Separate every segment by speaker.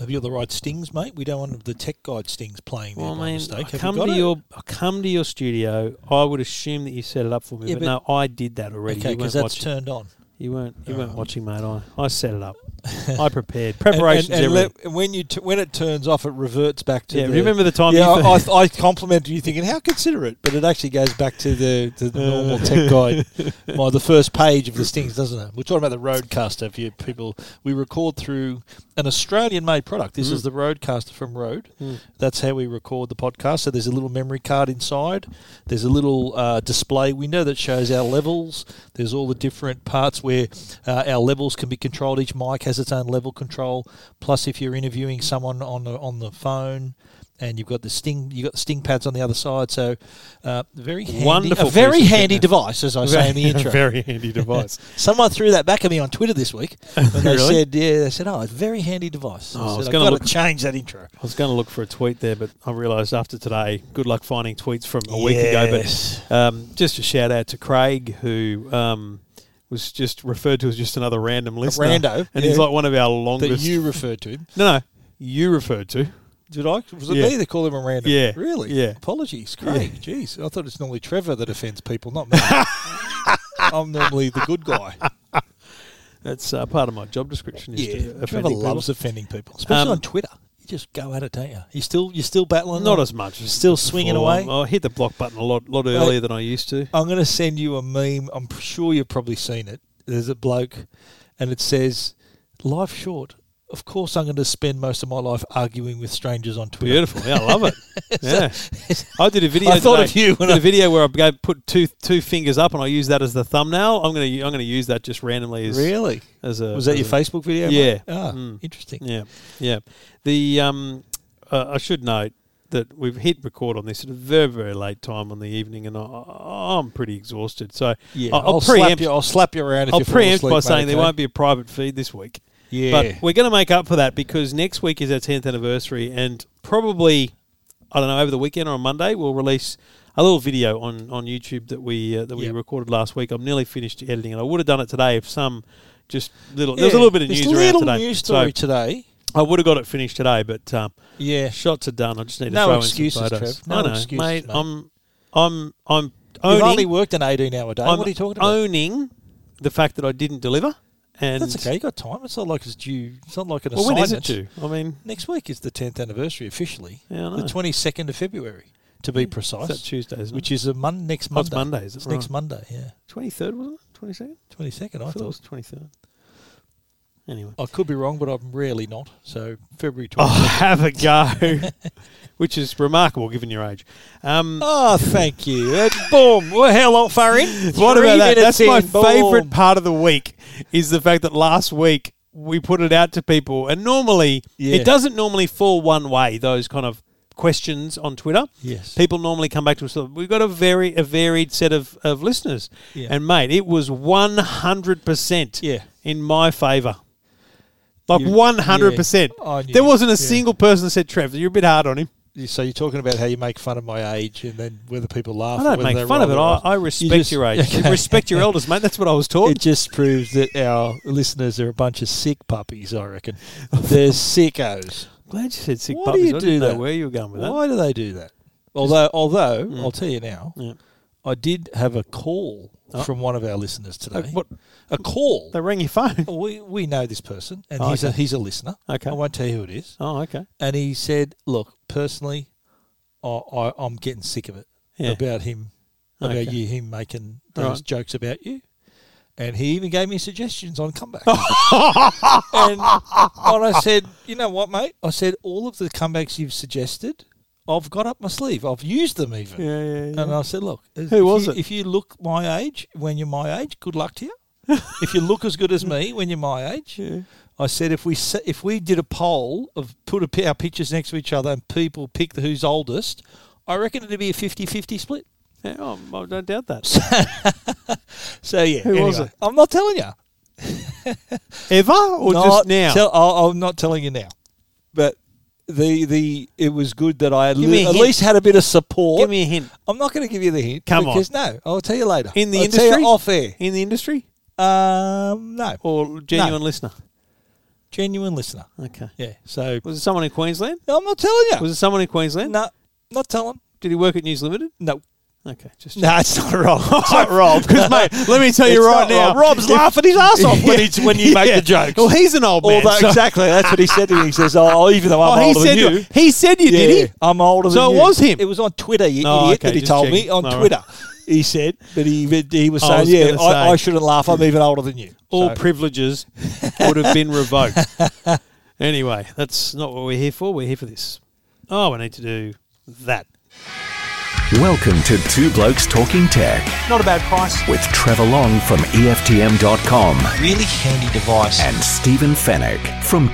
Speaker 1: Have you the right stings, mate? We don't want the tech guide stings playing there
Speaker 2: Well,
Speaker 1: by
Speaker 2: I mean,
Speaker 1: mistake. Have
Speaker 2: I
Speaker 1: you
Speaker 2: come
Speaker 1: got
Speaker 2: to
Speaker 1: it?
Speaker 2: your I come to your studio. I would assume that you set it up for me,
Speaker 1: Yeah,
Speaker 2: but,
Speaker 1: but-
Speaker 2: no, I did that already.
Speaker 1: okay
Speaker 2: you weren't
Speaker 1: because that's
Speaker 2: watching.
Speaker 1: turned on.
Speaker 2: you weren't you weren't
Speaker 1: Oh.
Speaker 2: watching, mate. I, I set it up. I prepared
Speaker 1: And- and-
Speaker 2: preparations.
Speaker 1: and,
Speaker 2: everything.
Speaker 1: let- when you t- when it turns off, it reverts back to
Speaker 2: yeah,
Speaker 1: the,
Speaker 2: remember the time?
Speaker 1: Yeah,
Speaker 2: you
Speaker 1: I, I, I complimented you thinking how considerate, but it actually goes back to the, to the
Speaker 2: Uh.
Speaker 1: normal tech guide, well, the first page of the stings, doesn't it? We're talking about the Roadcaster. For you people, we record through an Australian-made product. This is
Speaker 2: Mm.
Speaker 1: the Roadcaster from Rode.
Speaker 2: Hmm.
Speaker 1: That's how we record the podcast. So there's a little memory card inside. There's a little uh, display window that shows our levels. There's all the different parts where uh, our levels can be controlled. Each mic has its own level control. Plus, if you're interviewing someone on the on the phone, and you've got the sting, you've got the sting pads on the other side. So uh, very handy,
Speaker 2: Wonderful
Speaker 1: a very
Speaker 2: piece of
Speaker 1: handy
Speaker 2: fitness.
Speaker 1: device, as I say in the intro.
Speaker 2: very handy device.
Speaker 1: Someone threw that back at me on Twitter this week, and they
Speaker 2: Really?
Speaker 1: said, "Yeah, they said, oh, it's a very handy device."
Speaker 2: Oh, I
Speaker 1: I
Speaker 2: was
Speaker 1: said,
Speaker 2: gonna
Speaker 1: "I've got
Speaker 2: look-
Speaker 1: to change that intro."
Speaker 2: I was going to look for a tweet there, but I realised after today, good luck finding tweets from a week ago. But
Speaker 1: Yes.
Speaker 2: Um, just a shout out to Craig, who um, was just referred to as just another random listener,
Speaker 1: rando,
Speaker 2: and
Speaker 1: yeah.
Speaker 2: he's like one of our
Speaker 1: that
Speaker 2: longest.
Speaker 1: you referred to him.
Speaker 2: no, no, you referred to.
Speaker 1: Did I? Was it
Speaker 2: Yeah.
Speaker 1: me that called him a random?
Speaker 2: Yeah.
Speaker 1: Really?
Speaker 2: Yeah.
Speaker 1: Apologies, Craig. Jeez, I thought it's normally Trevor that offends people, not me. I'm normally the good guy.
Speaker 2: That's uh, part of my job description. Is to offend
Speaker 1: Trevor
Speaker 2: people.
Speaker 1: loves offending people, especially
Speaker 2: Um,
Speaker 1: on Twitter. You just go at it, don't you? You still, you still battling.
Speaker 2: Not
Speaker 1: on-
Speaker 2: as much. As
Speaker 1: Still swinging
Speaker 2: before.
Speaker 1: away?
Speaker 2: I'm- I hit the block button a lot, lot earlier than I used to.
Speaker 1: I'm going to send you a meme. I'm sure you've probably seen it. There's a bloke, and it says, "Life short." Of course, I'm going to spend most of my life arguing with strangers on Twitter.
Speaker 2: Beautiful. Yeah, I love it. yeah. I did a video.
Speaker 1: I thought
Speaker 2: today.
Speaker 1: of you when
Speaker 2: did
Speaker 1: I-
Speaker 2: a video where I go put two two fingers up and I use that as the thumbnail. I'm gonna I'm gonna use that just randomly as
Speaker 1: Really?
Speaker 2: as a
Speaker 1: Was that
Speaker 2: as
Speaker 1: your
Speaker 2: a-
Speaker 1: Facebook video?
Speaker 2: Yeah.
Speaker 1: mate? Ah,
Speaker 2: Mm.
Speaker 1: interesting.
Speaker 2: Yeah, yeah. The um, uh, I should note that we've hit record on this at a very very late time on the evening, and I, I- I'm pretty exhausted. So
Speaker 1: Yeah,
Speaker 2: I'll, I'll
Speaker 1: slap
Speaker 2: preempt.
Speaker 1: you. I'll slap you around. If
Speaker 2: I'll
Speaker 1: you fall
Speaker 2: preempt
Speaker 1: asleep, eh?
Speaker 2: by
Speaker 1: mate,
Speaker 2: saying there
Speaker 1: okay?
Speaker 2: won't be a private feed this week,
Speaker 1: Yeah,
Speaker 2: but we're going to make up for that because next week is our 10th anniversary, and probably I don't know over the weekend or on Monday we'll release a little video on on YouTube that we uh, that we
Speaker 1: Yep.
Speaker 2: recorded last week. I'm nearly finished editing, and I would have done it today if some. Just little, there's a
Speaker 1: Yeah,
Speaker 2: little bit of
Speaker 1: there's
Speaker 2: news
Speaker 1: little
Speaker 2: around today.
Speaker 1: news
Speaker 2: So-
Speaker 1: story today.
Speaker 2: I would have got it finished today, but um,
Speaker 1: Yeah,
Speaker 2: shots are done. I just need to
Speaker 1: No
Speaker 2: throw
Speaker 1: excuses,
Speaker 2: in some photos.
Speaker 1: Trev. No
Speaker 2: I know,
Speaker 1: excuses,
Speaker 2: mate,
Speaker 1: mate.
Speaker 2: I'm, I'm, I'm
Speaker 1: you've only
Speaker 2: owning.
Speaker 1: worked an eighteen-hour day.
Speaker 2: I'm
Speaker 1: what are you talking about?
Speaker 2: owning the fact that I didn't deliver. And
Speaker 1: That's okay. You got time. It's not like it's due. It's not like an
Speaker 2: Well, when
Speaker 1: assignment.
Speaker 2: is it due? I mean,
Speaker 1: Next week is the tenth anniversary officially.
Speaker 2: yeah, I know.
Speaker 1: The twenty-second of February, to be
Speaker 2: Is
Speaker 1: precise,
Speaker 2: that Tuesday? Isn't
Speaker 1: which is a mon- next
Speaker 2: it? Oh, it's
Speaker 1: Monday.
Speaker 2: Monday. Is it?
Speaker 1: It's next Monday. Yeah,
Speaker 2: Twenty third, wasn't it? Twenty second.
Speaker 1: twenty-second.
Speaker 2: I,
Speaker 1: I
Speaker 2: thought it
Speaker 1: thought.
Speaker 2: was twenty third. Anyway,
Speaker 1: I could be wrong, but I'm rarely not. So February
Speaker 2: oh,
Speaker 1: twenty.
Speaker 2: have a go, which is remarkable given your age. Um,
Speaker 1: Oh, thank you. Uh, boom. Well, how long far in?
Speaker 2: What
Speaker 1: Three
Speaker 2: about that?
Speaker 1: minutes
Speaker 2: That's my
Speaker 1: in. Boom.
Speaker 2: favourite part of the week is the fact that last week we put it out to people, and normally
Speaker 1: Yeah.
Speaker 2: it doesn't normally fall one way. Those kind of questions on Twitter,
Speaker 1: Yes.
Speaker 2: people normally come back to us. with, We've got a very a varied set of, of listeners,
Speaker 1: Yeah.
Speaker 2: and mate, it was one hundred percent
Speaker 1: Yeah.
Speaker 2: in my favour. Like
Speaker 1: You-
Speaker 2: one hundred percent.
Speaker 1: yeah, I knew.
Speaker 2: There wasn't a
Speaker 1: Yeah.
Speaker 2: single person that said, "Trevor, you're a bit hard on him."
Speaker 1: So you're talking about how you make fun of my age, and then whether people laugh.
Speaker 2: I
Speaker 1: or
Speaker 2: don't
Speaker 1: whether they
Speaker 2: make fun of it.
Speaker 1: roll
Speaker 2: I,
Speaker 1: their eyes.
Speaker 2: I respect
Speaker 1: just-
Speaker 2: your age.
Speaker 1: okay.
Speaker 2: Respect your elders, mate. That's what I was taught.
Speaker 1: It just proves that our listeners are a bunch of sick puppies. I reckon they're sickos.
Speaker 2: Glad you said sick
Speaker 1: Why do
Speaker 2: puppies.
Speaker 1: you
Speaker 2: I didn't
Speaker 1: do
Speaker 2: know
Speaker 1: that?
Speaker 2: where you were going with that.
Speaker 1: Why do they do that? Although, although
Speaker 2: Mm.
Speaker 1: I'll tell you now,
Speaker 2: Yeah.
Speaker 1: I did have a call
Speaker 2: Oh.
Speaker 1: from one of our listeners today.
Speaker 2: Uh, what?
Speaker 1: A call.
Speaker 2: They rang your phone.
Speaker 1: We we know this person, and
Speaker 2: Oh,
Speaker 1: he's a
Speaker 2: okay.
Speaker 1: he's a listener.
Speaker 2: Okay.
Speaker 1: I won't tell you who it is.
Speaker 2: Oh, okay.
Speaker 1: and he said, "Look, personally, I, I I'm getting sick of it
Speaker 2: Yeah.
Speaker 1: about him, about
Speaker 2: Okay.
Speaker 1: you, him making
Speaker 2: All
Speaker 1: those
Speaker 2: right.
Speaker 1: jokes about you." And he even gave me suggestions on comeback. and, and I said, "You know what, mate? I said all of the comebacks you've suggested, I've got up my sleeve. I've used them even."
Speaker 2: Yeah, yeah, yeah.
Speaker 1: And I said, "Look, if
Speaker 2: was
Speaker 1: you,
Speaker 2: it?
Speaker 1: If you look my age when you're my age, good luck to you. if you look as good as me when you're my age,
Speaker 2: Yeah.
Speaker 1: I said if we se- if we did a poll of put a, pi- our pictures next to each other and people pick the who's oldest, I reckon it'd be a 50-50 split.
Speaker 2: Yeah, oh, I don't doubt that.
Speaker 1: So yeah,
Speaker 2: Who was
Speaker 1: anyway,
Speaker 2: it?
Speaker 1: I'm not telling you.
Speaker 2: Ever or
Speaker 1: No,
Speaker 2: just now?
Speaker 1: tell- I'll, I'm not telling you now. But the the it was good that I at,
Speaker 2: Give me
Speaker 1: le-
Speaker 2: a
Speaker 1: at
Speaker 2: hint.
Speaker 1: least had a bit of support.
Speaker 2: Give me a hint.
Speaker 1: I'm not going to give you the hint.
Speaker 2: Come on.
Speaker 1: because no, I'll tell you later.
Speaker 2: In the
Speaker 1: I'll tell you
Speaker 2: industry?
Speaker 1: off air.
Speaker 2: In the industry
Speaker 1: Um, no.
Speaker 2: or genuine listener?
Speaker 1: Genuine listener.
Speaker 2: Okay.
Speaker 1: Yeah. So
Speaker 2: Was it someone in Queensland?
Speaker 1: I'm not telling you.
Speaker 2: Was it someone in Queensland?
Speaker 1: no, not telling.
Speaker 2: Did he work at News Limited?
Speaker 1: No.
Speaker 2: Okay. Just
Speaker 1: No, it's not Rob. It's not Rob.
Speaker 2: because mate, let me tell
Speaker 1: It's
Speaker 2: you
Speaker 1: not
Speaker 2: right now,
Speaker 1: Rob. Rob's laughing his ass off when, he, when you make
Speaker 2: Yeah.
Speaker 1: the jokes.
Speaker 2: Well, he's an old man.
Speaker 1: Although,
Speaker 2: so-
Speaker 1: exactly, that's what he said to me. He says, "Oh, even though I'm
Speaker 2: oh, he
Speaker 1: older than
Speaker 2: said
Speaker 1: you,
Speaker 2: you. He said you
Speaker 1: Yeah,
Speaker 2: did he?
Speaker 1: I'm older
Speaker 2: So
Speaker 1: than
Speaker 2: it
Speaker 1: you.
Speaker 2: was him?
Speaker 1: It was on Twitter, you
Speaker 2: Oh,
Speaker 1: idiot,
Speaker 2: okay,
Speaker 1: that he
Speaker 2: just
Speaker 1: told me
Speaker 2: checking.
Speaker 1: on
Speaker 2: All right.
Speaker 1: Twitter. He said, but he he was
Speaker 2: I
Speaker 1: saying,
Speaker 2: was
Speaker 1: "Yeah,
Speaker 2: gonna
Speaker 1: I,
Speaker 2: say.
Speaker 1: I shouldn't laugh. I'm even older than you."
Speaker 2: All
Speaker 1: So-
Speaker 2: privileges would have been revoked. anyway, that's not what we're here for. We're here for this. Oh, we need to do that.
Speaker 3: Welcome to Two Blokes Talking Tech
Speaker 4: Not a bad price.
Speaker 3: with Trevor Long from E EFTM.com
Speaker 4: Really handy device.
Speaker 3: and Stephen Fennec from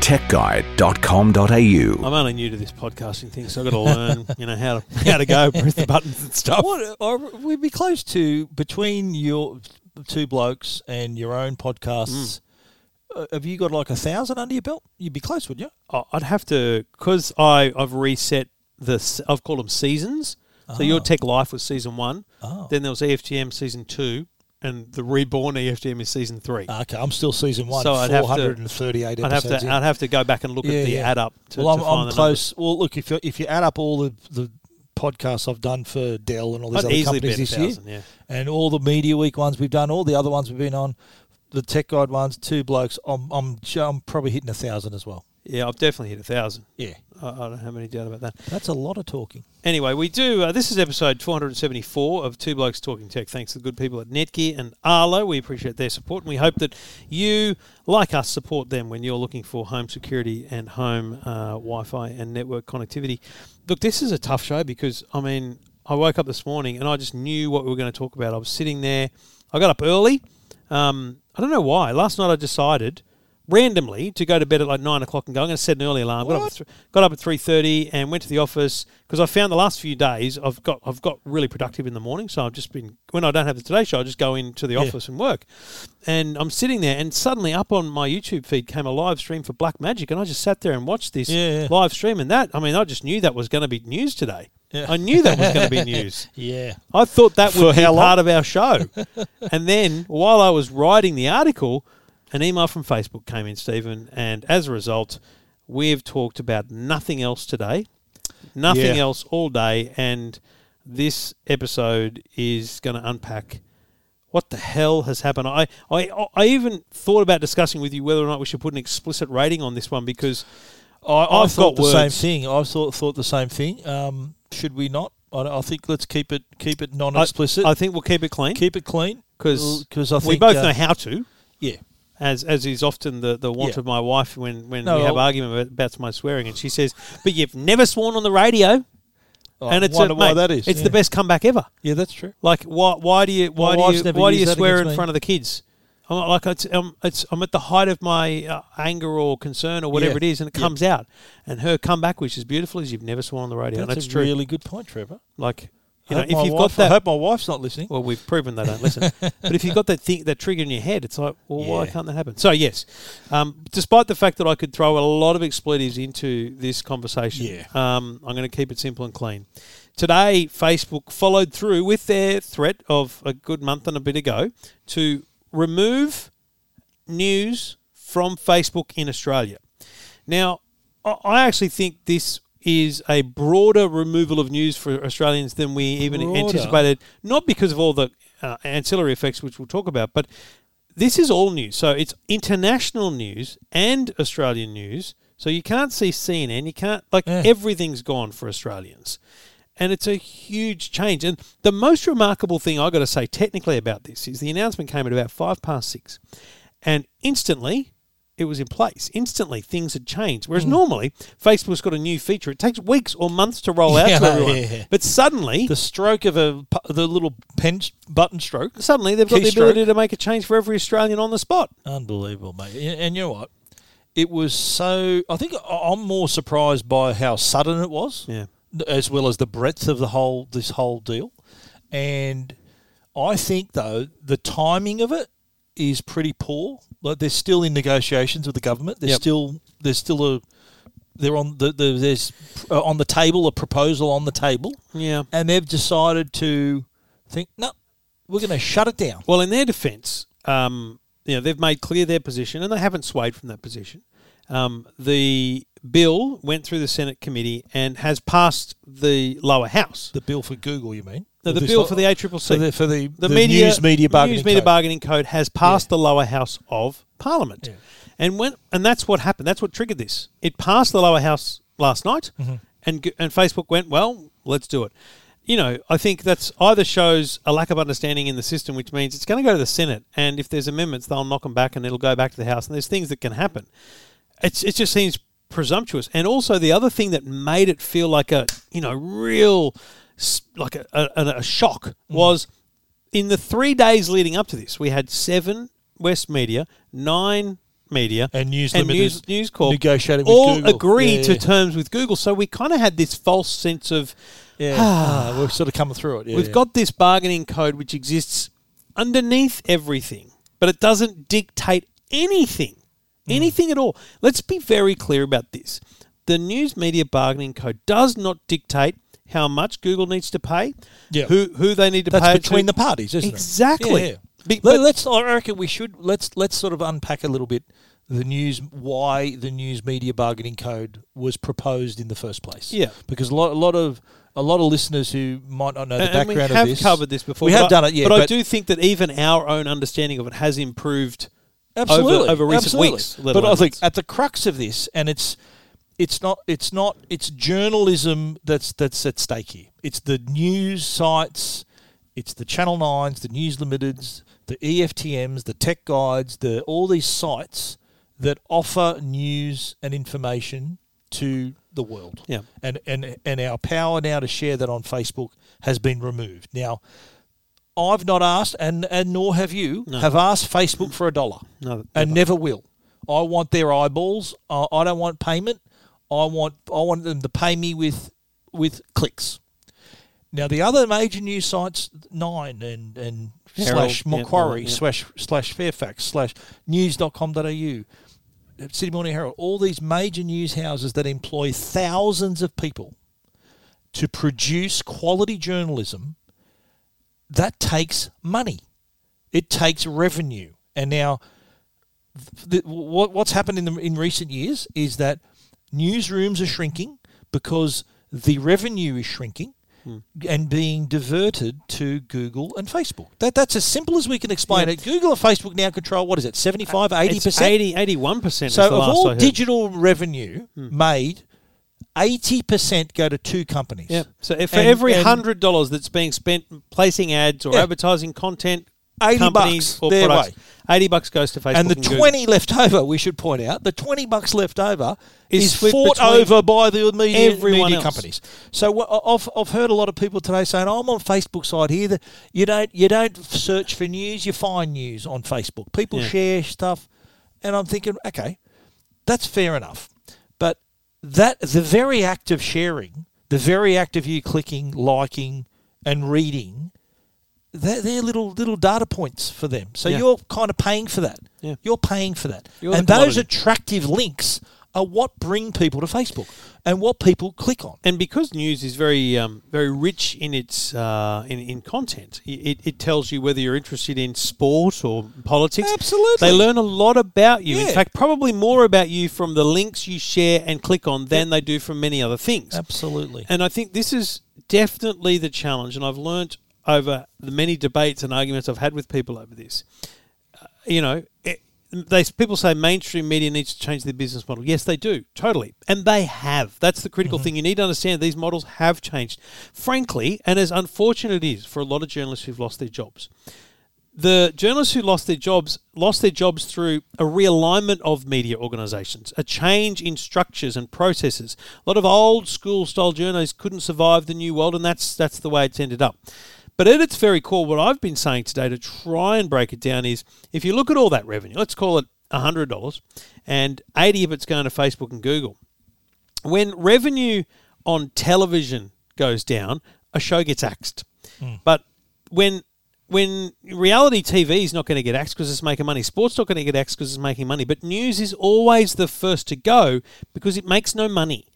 Speaker 3: TechGuide.com.au.
Speaker 2: I'm only new to this podcasting thing, so I've got to learn, you know, how to how to go, press the buttons and stuff.
Speaker 1: What are, we'd be close to between your two blokes and your own podcasts. Uh, have you got like a thousand under your belt? You'd be close, would you?
Speaker 2: Oh, I'd have to because I I've reset the s- I've called them seasons. So your tech life was season one.
Speaker 1: Ah. Oh.
Speaker 2: Then there was E EFTM season two, and the reborn E EFTM is season three.
Speaker 1: Okay, I'm still season one.
Speaker 2: So I'd have to-
Speaker 1: 438
Speaker 2: I'd have
Speaker 1: Ah, episodes.
Speaker 2: to
Speaker 1: in.
Speaker 2: I'd have to go back and look
Speaker 1: Yeah,
Speaker 2: at the
Speaker 1: yeah.
Speaker 2: add up. To,
Speaker 1: well, I'm,
Speaker 2: to find
Speaker 1: I'm
Speaker 2: the
Speaker 1: close. Well, look, if you if you add up all the, the podcasts I've done for Dell and all these
Speaker 2: numbers. I'd
Speaker 1: other companies
Speaker 2: easily bet a
Speaker 1: this year,
Speaker 2: thousand. Yeah.
Speaker 1: and all the media week ones we've done, all the other ones we've been on, the tech guide ones, two blokes, I'm I'm, ju- I'm probably hitting a thousand as well.
Speaker 2: Yeah, I've definitely hit a thousand.
Speaker 1: Yeah,
Speaker 2: I, I don't have any doubt about that.
Speaker 1: that's a lot of talking.
Speaker 2: Anyway, we do. Uh, this is episode 474 of Two Blokes Talking Tech. Thanks to the good people at Netgear and Arlo. We appreciate their support, and we hope that you, like us, support them when you're looking for home security and home uh, Wi Fi and network connectivity. Look, this is a tough show because, I mean, I woke up this morning and I just knew what we were going to talk about. I was sitting there, I got up early. Um, I don't know why. Last night I decided randomly to go to bed at like nine o'clock and go. I'm going to set an early alarm. Got up, at th- got up at three thirty and went to the office because I found the last few days I've got I've got really productive in the morning. So I've just been when I don't have the Today Show, I just go into the office and work. And I'm sitting there, and suddenly up on my YouTube feed came a live stream for Black Magic, and I just sat there and watched this
Speaker 1: Yeah, yeah.
Speaker 2: live stream. And that I mean, I just knew that was going to be news today.
Speaker 1: Yeah.
Speaker 2: I knew that was going to be news.
Speaker 1: Yeah,
Speaker 2: I thought that
Speaker 1: For
Speaker 2: would be
Speaker 1: how long?
Speaker 2: part of our show. and then while I was writing the article, an email from Facebook came in, Stephen, and as a result, we've talked about nothing else today, nothing
Speaker 1: Yeah.
Speaker 2: else all day, and this episode is going to unpack what the hell has happened. I, I, I even thought about discussing with you whether or not we should put an explicit rating on this one because I,
Speaker 1: I
Speaker 2: have
Speaker 1: thought
Speaker 2: got
Speaker 1: the
Speaker 2: words.
Speaker 1: same thing. I thought thought the same thing. Um, should we not? I, I think let's keep it keep it non
Speaker 2: I-
Speaker 1: explicit.
Speaker 2: I, think we'll keep it clean
Speaker 1: keep it clean
Speaker 2: because
Speaker 1: because I think
Speaker 2: we both
Speaker 1: uh,
Speaker 2: know how to.
Speaker 1: Yeah.
Speaker 2: as as is often the, the want
Speaker 1: Yeah.
Speaker 2: of my wife when, when
Speaker 1: No,
Speaker 2: we have
Speaker 1: I'll-
Speaker 2: argument about my swearing, and she says, "But you've never sworn on the radio,"
Speaker 1: I
Speaker 2: and it's
Speaker 1: wonder
Speaker 2: a,
Speaker 1: why
Speaker 2: mate,
Speaker 1: that is.
Speaker 2: It's
Speaker 1: yeah.
Speaker 2: the best comeback ever.
Speaker 1: Yeah, that's true.
Speaker 2: Like, why why do you why
Speaker 1: My
Speaker 2: do
Speaker 1: wife's
Speaker 2: you
Speaker 1: never
Speaker 2: why do you
Speaker 1: used that
Speaker 2: swear
Speaker 1: against
Speaker 2: in
Speaker 1: me.
Speaker 2: front of the kids? I'm not- like it's um, it's I'm at the height of my uh, anger or concern or whatever
Speaker 1: Yeah.
Speaker 2: it is, and it
Speaker 1: Yeah.
Speaker 2: comes out. And her comeback, which is beautiful, is you've never sworn on the radio. and
Speaker 1: That's,
Speaker 2: That's
Speaker 1: a
Speaker 2: true.
Speaker 1: really good point, Trevor.
Speaker 2: like,
Speaker 1: I
Speaker 2: you know,
Speaker 1: hope
Speaker 2: if
Speaker 1: my
Speaker 2: you've got
Speaker 1: wife- I
Speaker 2: that
Speaker 1: hope my wife's not listening.
Speaker 2: Well, we've proven they don't listen. but if you've got that thing, that trigger in your head, it's like, well, why
Speaker 1: Yeah.
Speaker 2: can't that happen? So yes, um, despite the fact that I could throw a lot of expletives into this conversation,
Speaker 1: Yeah.
Speaker 2: um, I'm going to keep it simple and clean. Today, Facebook followed through with their threat of a good month and a bit ago to remove news from Facebook in Australia. Now, I- I actually think this is a broader removal of news for Australians than we even
Speaker 1: Broader?
Speaker 2: anticipated, not because of all the uh, ancillary effects which we'll talk about, but this is all news. So it's international news and Australian news. So you can't see CNN, you can't, like,
Speaker 1: Yeah.
Speaker 2: everything's gone for Australians. And it's a huge change. And the most remarkable thing i got to say technically about this is the announcement came at about five past six. And instantly, it was in place. Instantly, things had changed.
Speaker 1: Hmm.
Speaker 2: Whereas normally, Facebook's got a new feature. It takes weeks or months to roll out to
Speaker 1: Yeah,
Speaker 2: everyone.
Speaker 1: yeah.
Speaker 2: But suddenly,
Speaker 1: the stroke of a pu- the little pen s- button stroke.
Speaker 2: suddenly they've got the
Speaker 1: Keystroke.
Speaker 2: ability to make a change for every Australian on the spot.
Speaker 1: Unbelievable, mate. And and you know what? It was so. I think I- I'm more surprised by how sudden it was,
Speaker 2: Yeah.
Speaker 1: as well as the breadth of the whole this whole deal. And I think though the timing of it is pretty poor. Like they're still in negotiations with the government. They're
Speaker 2: Yep.
Speaker 1: still there's still a they're on the, the there's uh, on the table a proposal on the table.
Speaker 2: Yeah.
Speaker 1: and they've decided to think, no, we're going to shut it down.
Speaker 2: Well, in their defence, um, you know, they've made clear their position, and they haven't swayed from that position. Um, the bill went through the Senate committee and has passed the lower house.
Speaker 1: The bill for Google, you mean?
Speaker 2: No, the
Speaker 1: This-
Speaker 2: bill for the ACCC.
Speaker 1: for the, for the,
Speaker 2: the,
Speaker 1: the
Speaker 2: media,
Speaker 1: news media bargaining.
Speaker 2: news media
Speaker 1: code. Ah.
Speaker 2: bargaining code has passed the lower house of parliament,
Speaker 1: Yeah.
Speaker 2: and when and that's what happened. That's what triggered this. It passed the lower house last night,
Speaker 1: Mm-hmm.
Speaker 2: and g- and Facebook went well. Let's do it. You know, I think that's either shows a lack of understanding in the system, which means it's going to go to the Senate, and if there's amendments, they'll knock them back, and it'll go back to the House. And there's things that can happen. It's, it just seems presumptuous. And also, the other thing that made it feel like a you know real s- like a, a, a shock
Speaker 1: Mm.
Speaker 2: was in the three days leading up to this, we had seven West Media, nine media,
Speaker 1: And News
Speaker 2: and
Speaker 1: Limited
Speaker 2: News, News Corp
Speaker 1: negotiating with
Speaker 2: all
Speaker 1: Google.
Speaker 2: agree
Speaker 1: Yeah,
Speaker 2: to
Speaker 1: yeah.
Speaker 2: terms with Google. So we kind of had this false sense of
Speaker 1: Yeah, Ah, we're sort of coming through it. Yeah,
Speaker 2: We've
Speaker 1: yeah.
Speaker 2: got this bargaining code which exists underneath everything, but it doesn't dictate anything,
Speaker 1: Hmm.
Speaker 2: anything at all. Let's be very clear about this. The news media bargaining code does not dictate how much Google needs to pay,
Speaker 1: Yeah.
Speaker 2: who who they need to
Speaker 1: that's
Speaker 2: pay. it
Speaker 1: between
Speaker 2: to.
Speaker 1: the parties, isn't
Speaker 2: Exactly.
Speaker 1: it?
Speaker 2: Be-
Speaker 1: Exactly. Let,
Speaker 2: but-
Speaker 1: let's. I reckon we should let's let's sort of unpack a little bit the news why the news media bargaining code was proposed in the first place.
Speaker 2: Yeah.
Speaker 1: because a lot a lot of a lot of listeners who might not know the
Speaker 2: and
Speaker 1: background
Speaker 2: we have
Speaker 1: of this
Speaker 2: covered this before.
Speaker 1: We
Speaker 2: but
Speaker 1: have
Speaker 2: I-
Speaker 1: done it, yeah.
Speaker 2: but, I do think that even our own understanding of it has improved
Speaker 1: absolutely
Speaker 2: over, over recent
Speaker 1: absolutely.
Speaker 2: weeks. let
Speaker 1: But I
Speaker 2: alone
Speaker 1: think
Speaker 2: months.
Speaker 1: at the crux of this, and it's it's not it's not it's journalism that's that's at stake here. It's the news sites, it's the Channel Nines, the News Limiteds, the E EFTMs, the Tech Guides, the all these sites that offer news and information to the world.
Speaker 2: Yeah.
Speaker 1: and and and our power now to share that on Facebook has been removed now. I've not asked, and, and nor have you, have asked Facebook for a dollar,
Speaker 2: No,
Speaker 1: and never will. I want their eyeballs. I, I don't want payment. I want I want them to pay me with with clicks. Now the other major news sites, Nine and and
Speaker 2: Herald,
Speaker 1: slash
Speaker 2: yeah,
Speaker 1: Macquarie
Speaker 2: yeah.
Speaker 1: slash slash Fairfax slash News.com.au, City Morning Herald, all these major news houses that employ thousands of people to produce quality journalism, that takes money. It takes revenue. And now, th- th- what, what's happened in, the, in recent years is that newsrooms are shrinking because the revenue is shrinking.
Speaker 2: Hmm.
Speaker 1: And being diverted to Google and Facebook. That, that's as simple as we can explain it. Google and Facebook now control, what is it, 75, 80%?
Speaker 2: Uh, It's 80, 81%.
Speaker 1: So
Speaker 2: was the
Speaker 1: of
Speaker 2: last I
Speaker 1: all
Speaker 2: heard. Hmm.
Speaker 1: digital revenue made, eighty percent go to two companies.
Speaker 2: Yeah. So if for
Speaker 1: And-
Speaker 2: every
Speaker 1: and
Speaker 2: hundred dollars that's being spent placing ads or
Speaker 1: Yeah.
Speaker 2: advertising content,
Speaker 1: 80
Speaker 2: companies
Speaker 1: bucks
Speaker 2: or
Speaker 1: their
Speaker 2: products, eighty bucks goes to Facebook.
Speaker 1: and the
Speaker 2: Google.
Speaker 1: twenty left over, we should point out, the twenty bucks left over
Speaker 2: Is
Speaker 1: is,
Speaker 2: split
Speaker 1: fought
Speaker 2: between
Speaker 1: over by the media,
Speaker 2: everyone
Speaker 1: media
Speaker 2: else.
Speaker 1: companies. So what, I- I've, I've heard a lot of people today saying, oh, "I'm on Facebook side here. That you don't you don't search for news, you find news on Facebook. People
Speaker 2: Yeah.
Speaker 1: share stuff." And I'm thinking, okay, that's fair enough. But that the very act of sharing, the very act of you clicking, liking, and reading, they're, they're little little data points for them. So
Speaker 2: Yeah.
Speaker 1: you're kind of paying for that.
Speaker 2: Yeah.
Speaker 1: You're paying for that.
Speaker 2: You're the
Speaker 1: and those
Speaker 2: commodity.
Speaker 1: attractive links are what bring people to Facebook and what people click on.
Speaker 2: and because news is very um, very rich in its uh, in, in content, i- it, it tells you whether you're interested in sport or politics.
Speaker 1: Absolutely.
Speaker 2: they learn a lot about you. In
Speaker 1: Yeah.
Speaker 2: fact, probably more about you from the links you share and click on than they do from many other things.
Speaker 1: Absolutely.
Speaker 2: And I think this is definitely the challenge. And I've learnt over the many debates and arguments I've had with people over this. Uh, you know, it, they people say mainstream media needs to change their business model. Yes, they do totally, and they have. That's the critical thing. You need to understand these models have changed. Frankly, and as unfortunate it is for a lot of journalists who've lost their jobs, the journalists who lost their jobs lost their jobs through a realignment of media organisations, a change in structures and processes. A lot of old school style journalists couldn't survive the new world, and that's that's the way it's ended up. But at its very core, what I've been saying today to try and break it down is if you look at all that revenue, let's call it $100, and 80 of it's going to Facebook and Google when revenue on television goes down, a show gets axed.
Speaker 1: Hmm.
Speaker 2: But when when reality TV is not going to get axed because it's making money, sports not going to get axed because it's making money, but news is always the first to go because it makes no money.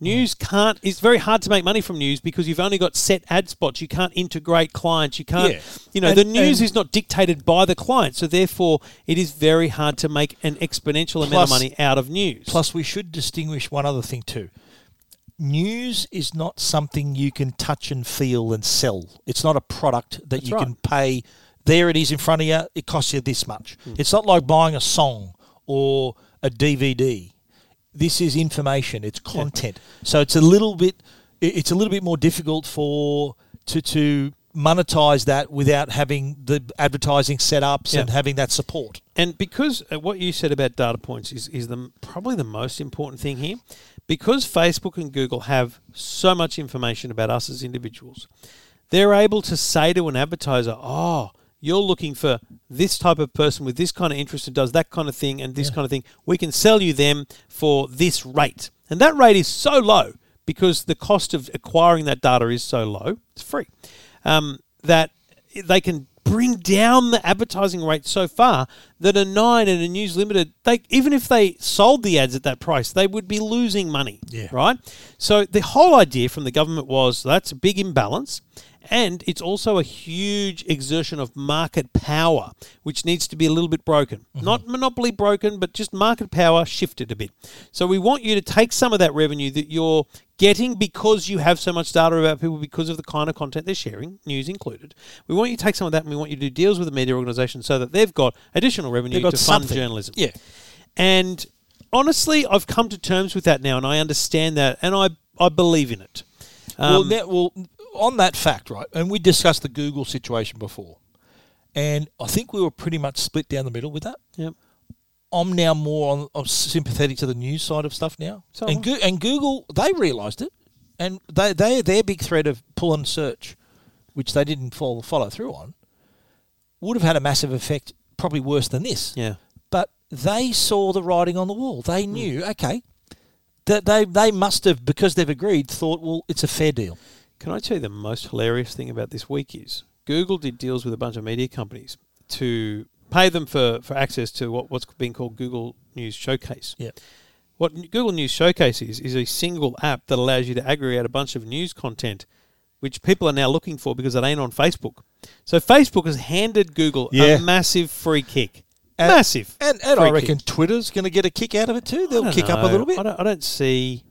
Speaker 1: Hmm.
Speaker 2: News can't. It's very hard to make money from news because you've only got set ad spots. You can't integrate clients. You can't.
Speaker 1: Yeah.
Speaker 2: You know
Speaker 1: And-
Speaker 2: the news
Speaker 1: and-
Speaker 2: is not dictated by the client, so therefore it is very hard to make an exponential amount of
Speaker 1: Plus-
Speaker 2: money out of news.
Speaker 1: Plus, we should distinguish one other thing too. News is not something you can touch and feel and sell. It's not a product that you
Speaker 2: right.
Speaker 1: can pay. There it is in front of you. It costs you this much.
Speaker 2: Hmm.
Speaker 1: It's not like buying a song or a DVD. This is information. It's content. So it's a little bit. it- It's a little bit more difficult for to to monetize that without having the advertising setups and
Speaker 2: Yeah.
Speaker 1: having that support.
Speaker 2: And because uh, what you said about data points is, is the, probably the most important thing here, because Facebook and Google have so much information about us as individuals, they're able to say to an advertiser, oh, you're looking for this type of person with this kind of interest and does that kind of thing and this kind of thing. We can sell you them for this rate. And that rate is so low because the cost of acquiring that data is so low, it's free, um, that they can bring down the advertising rate so far that a nine and a news limited they even if they sold the ads at that price they would be losing money
Speaker 1: Yeah.
Speaker 2: right so the whole idea from the government was that's a big imbalance and it's also a huge exertion of market power which needs to be a little bit broken
Speaker 1: Mm-hmm.
Speaker 2: not monopoly broken but just market power shifted a bit so we want you to take some of that revenue that you're getting because you have so much data about people because of the kind of content they're sharing, news included. We want you to take some of that and we want you to do deals with the media organisation so that they've got additional revenue
Speaker 1: They've got
Speaker 2: to fund
Speaker 1: something.
Speaker 2: journalism.
Speaker 1: Yeah.
Speaker 2: And honestly, I've come to terms with that now and I understand that and I, I believe in it. Um,
Speaker 1: well, now, well, on that fact, right, and we discussed the Google situation before, and I think we were pretty much split down the middle with that.
Speaker 2: Yep.
Speaker 1: I'm now more on, I'm sympathetic to the news side of stuff now.
Speaker 2: So am I.
Speaker 1: and, Goo- and Google, they realised it, and they they their big threat of pull and search, which they didn't follow, follow through on, would have had a massive effect, probably worse than this.
Speaker 2: Yeah. Mm.
Speaker 1: But they saw the writing on the wall. They knew, okay, that they they must have because they've agreed, thought, well, it's a fair deal.
Speaker 2: Can I tell you the most hilarious thing about this week is Google did deals with a bunch of media companies to pay them for, for access to what, what's being called Google News Showcase.
Speaker 1: Yeah.
Speaker 2: What N- Google News Showcase is, is a single app that allows you to aggregate a bunch of news content, which people are now looking for because it ain't on Facebook. So Facebook has handed Google
Speaker 1: Yeah.
Speaker 2: a massive free kick.
Speaker 1: And-
Speaker 2: massive.
Speaker 1: And, and
Speaker 2: free
Speaker 1: I
Speaker 2: kick.
Speaker 1: reckon Twitter's going to get a kick out of it too. They'll
Speaker 2: don't
Speaker 1: kick up a
Speaker 2: know.
Speaker 1: little bit.
Speaker 2: I don't, I don't see.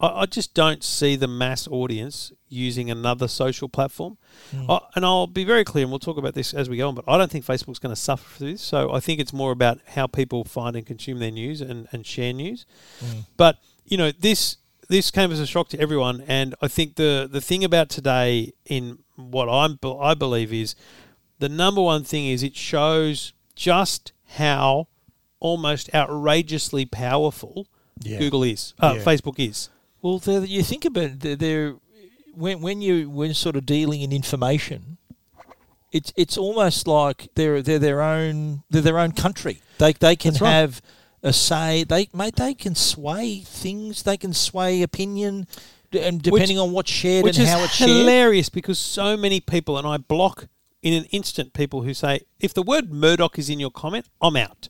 Speaker 2: I, I just don't see the mass audience using another social platform.
Speaker 1: Hmm.
Speaker 2: I, and I'll be very clear, and we'll talk about this as we go on. But I don't think Facebook's going to suffer through this. So I think it's more about how people find and consume their news and, and share news.
Speaker 1: Hmm.
Speaker 2: But you know this. This came as a shock to everyone, and I think the the thing about today, in what I'm I believe is, the number one thing is it shows just how almost outrageously powerful
Speaker 1: Yeah.
Speaker 2: Google is, uh,
Speaker 1: Yeah.
Speaker 2: Facebook is.
Speaker 1: Well, they're, you think about it, they're, they're when when you when sort of dealing in information, it's it's almost like they're they're their own they're their own country. They they can
Speaker 2: That's right.
Speaker 1: have a say. They mate they can sway things. They can sway opinion, d- and depending on what's shared
Speaker 2: Which
Speaker 1: and
Speaker 2: is
Speaker 1: how it's shared.
Speaker 2: hilarious because so many people, and I block in an instant people who say, if the word Murdoch is in your comment, I'm out.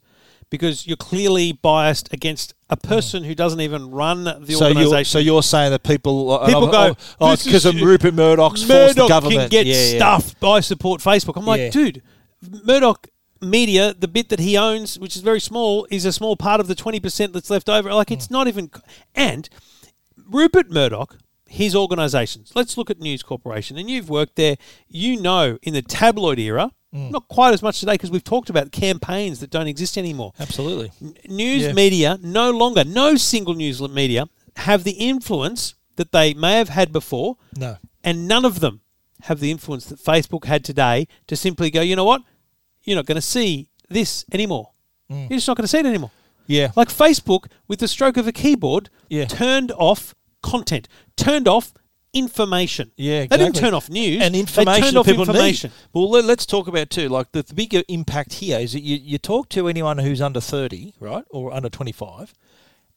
Speaker 2: Because you're clearly biased against a person who doesn't even run the
Speaker 1: Mm. So you're, so
Speaker 2: organization.
Speaker 1: you're saying that people
Speaker 2: People go,
Speaker 1: oh, it's
Speaker 2: "This
Speaker 1: because
Speaker 2: is-
Speaker 1: of Rupert Murdoch's forced the
Speaker 2: Murdoch
Speaker 1: government
Speaker 2: can get
Speaker 1: Yeah, yeah.
Speaker 2: stuffed. I support Facebook. I'm like,
Speaker 1: Yeah.
Speaker 2: dude, Murdoch media, the bit that he owns, which is very small, is a small part of the 20% that's left over. Like,
Speaker 1: Hmm.
Speaker 2: it's not even. And Rupert Murdoch, his organisations. Let's look at News Corporation, and you've worked there. You know, in the tabloid era,
Speaker 1: Hmm.
Speaker 2: not quite as much today because we've talked about campaigns that don't exist anymore.
Speaker 1: Absolutely.
Speaker 2: N- News
Speaker 1: Yeah.
Speaker 2: media no longer, no single news l- media have the influence that they may have had before.
Speaker 1: No.
Speaker 2: And none of them have the influence that Facebook had today to simply go, you know what? You're not going to see this anymore. You're just not going to see it anymore.
Speaker 1: Mm. Yeah.
Speaker 2: Like Facebook, with the stroke of a keyboard,
Speaker 1: Yeah.
Speaker 2: turned off content, turned off information.
Speaker 1: Yeah,
Speaker 2: They didn't
Speaker 1: exactly.
Speaker 2: turn off news.
Speaker 1: and information
Speaker 2: they turned
Speaker 1: that
Speaker 2: off
Speaker 1: people
Speaker 2: information.
Speaker 1: need. Well, let, us talk about too. Like the, the bigger impact here is that you, you talk to anyone who's under thirty, right, or under twenty five,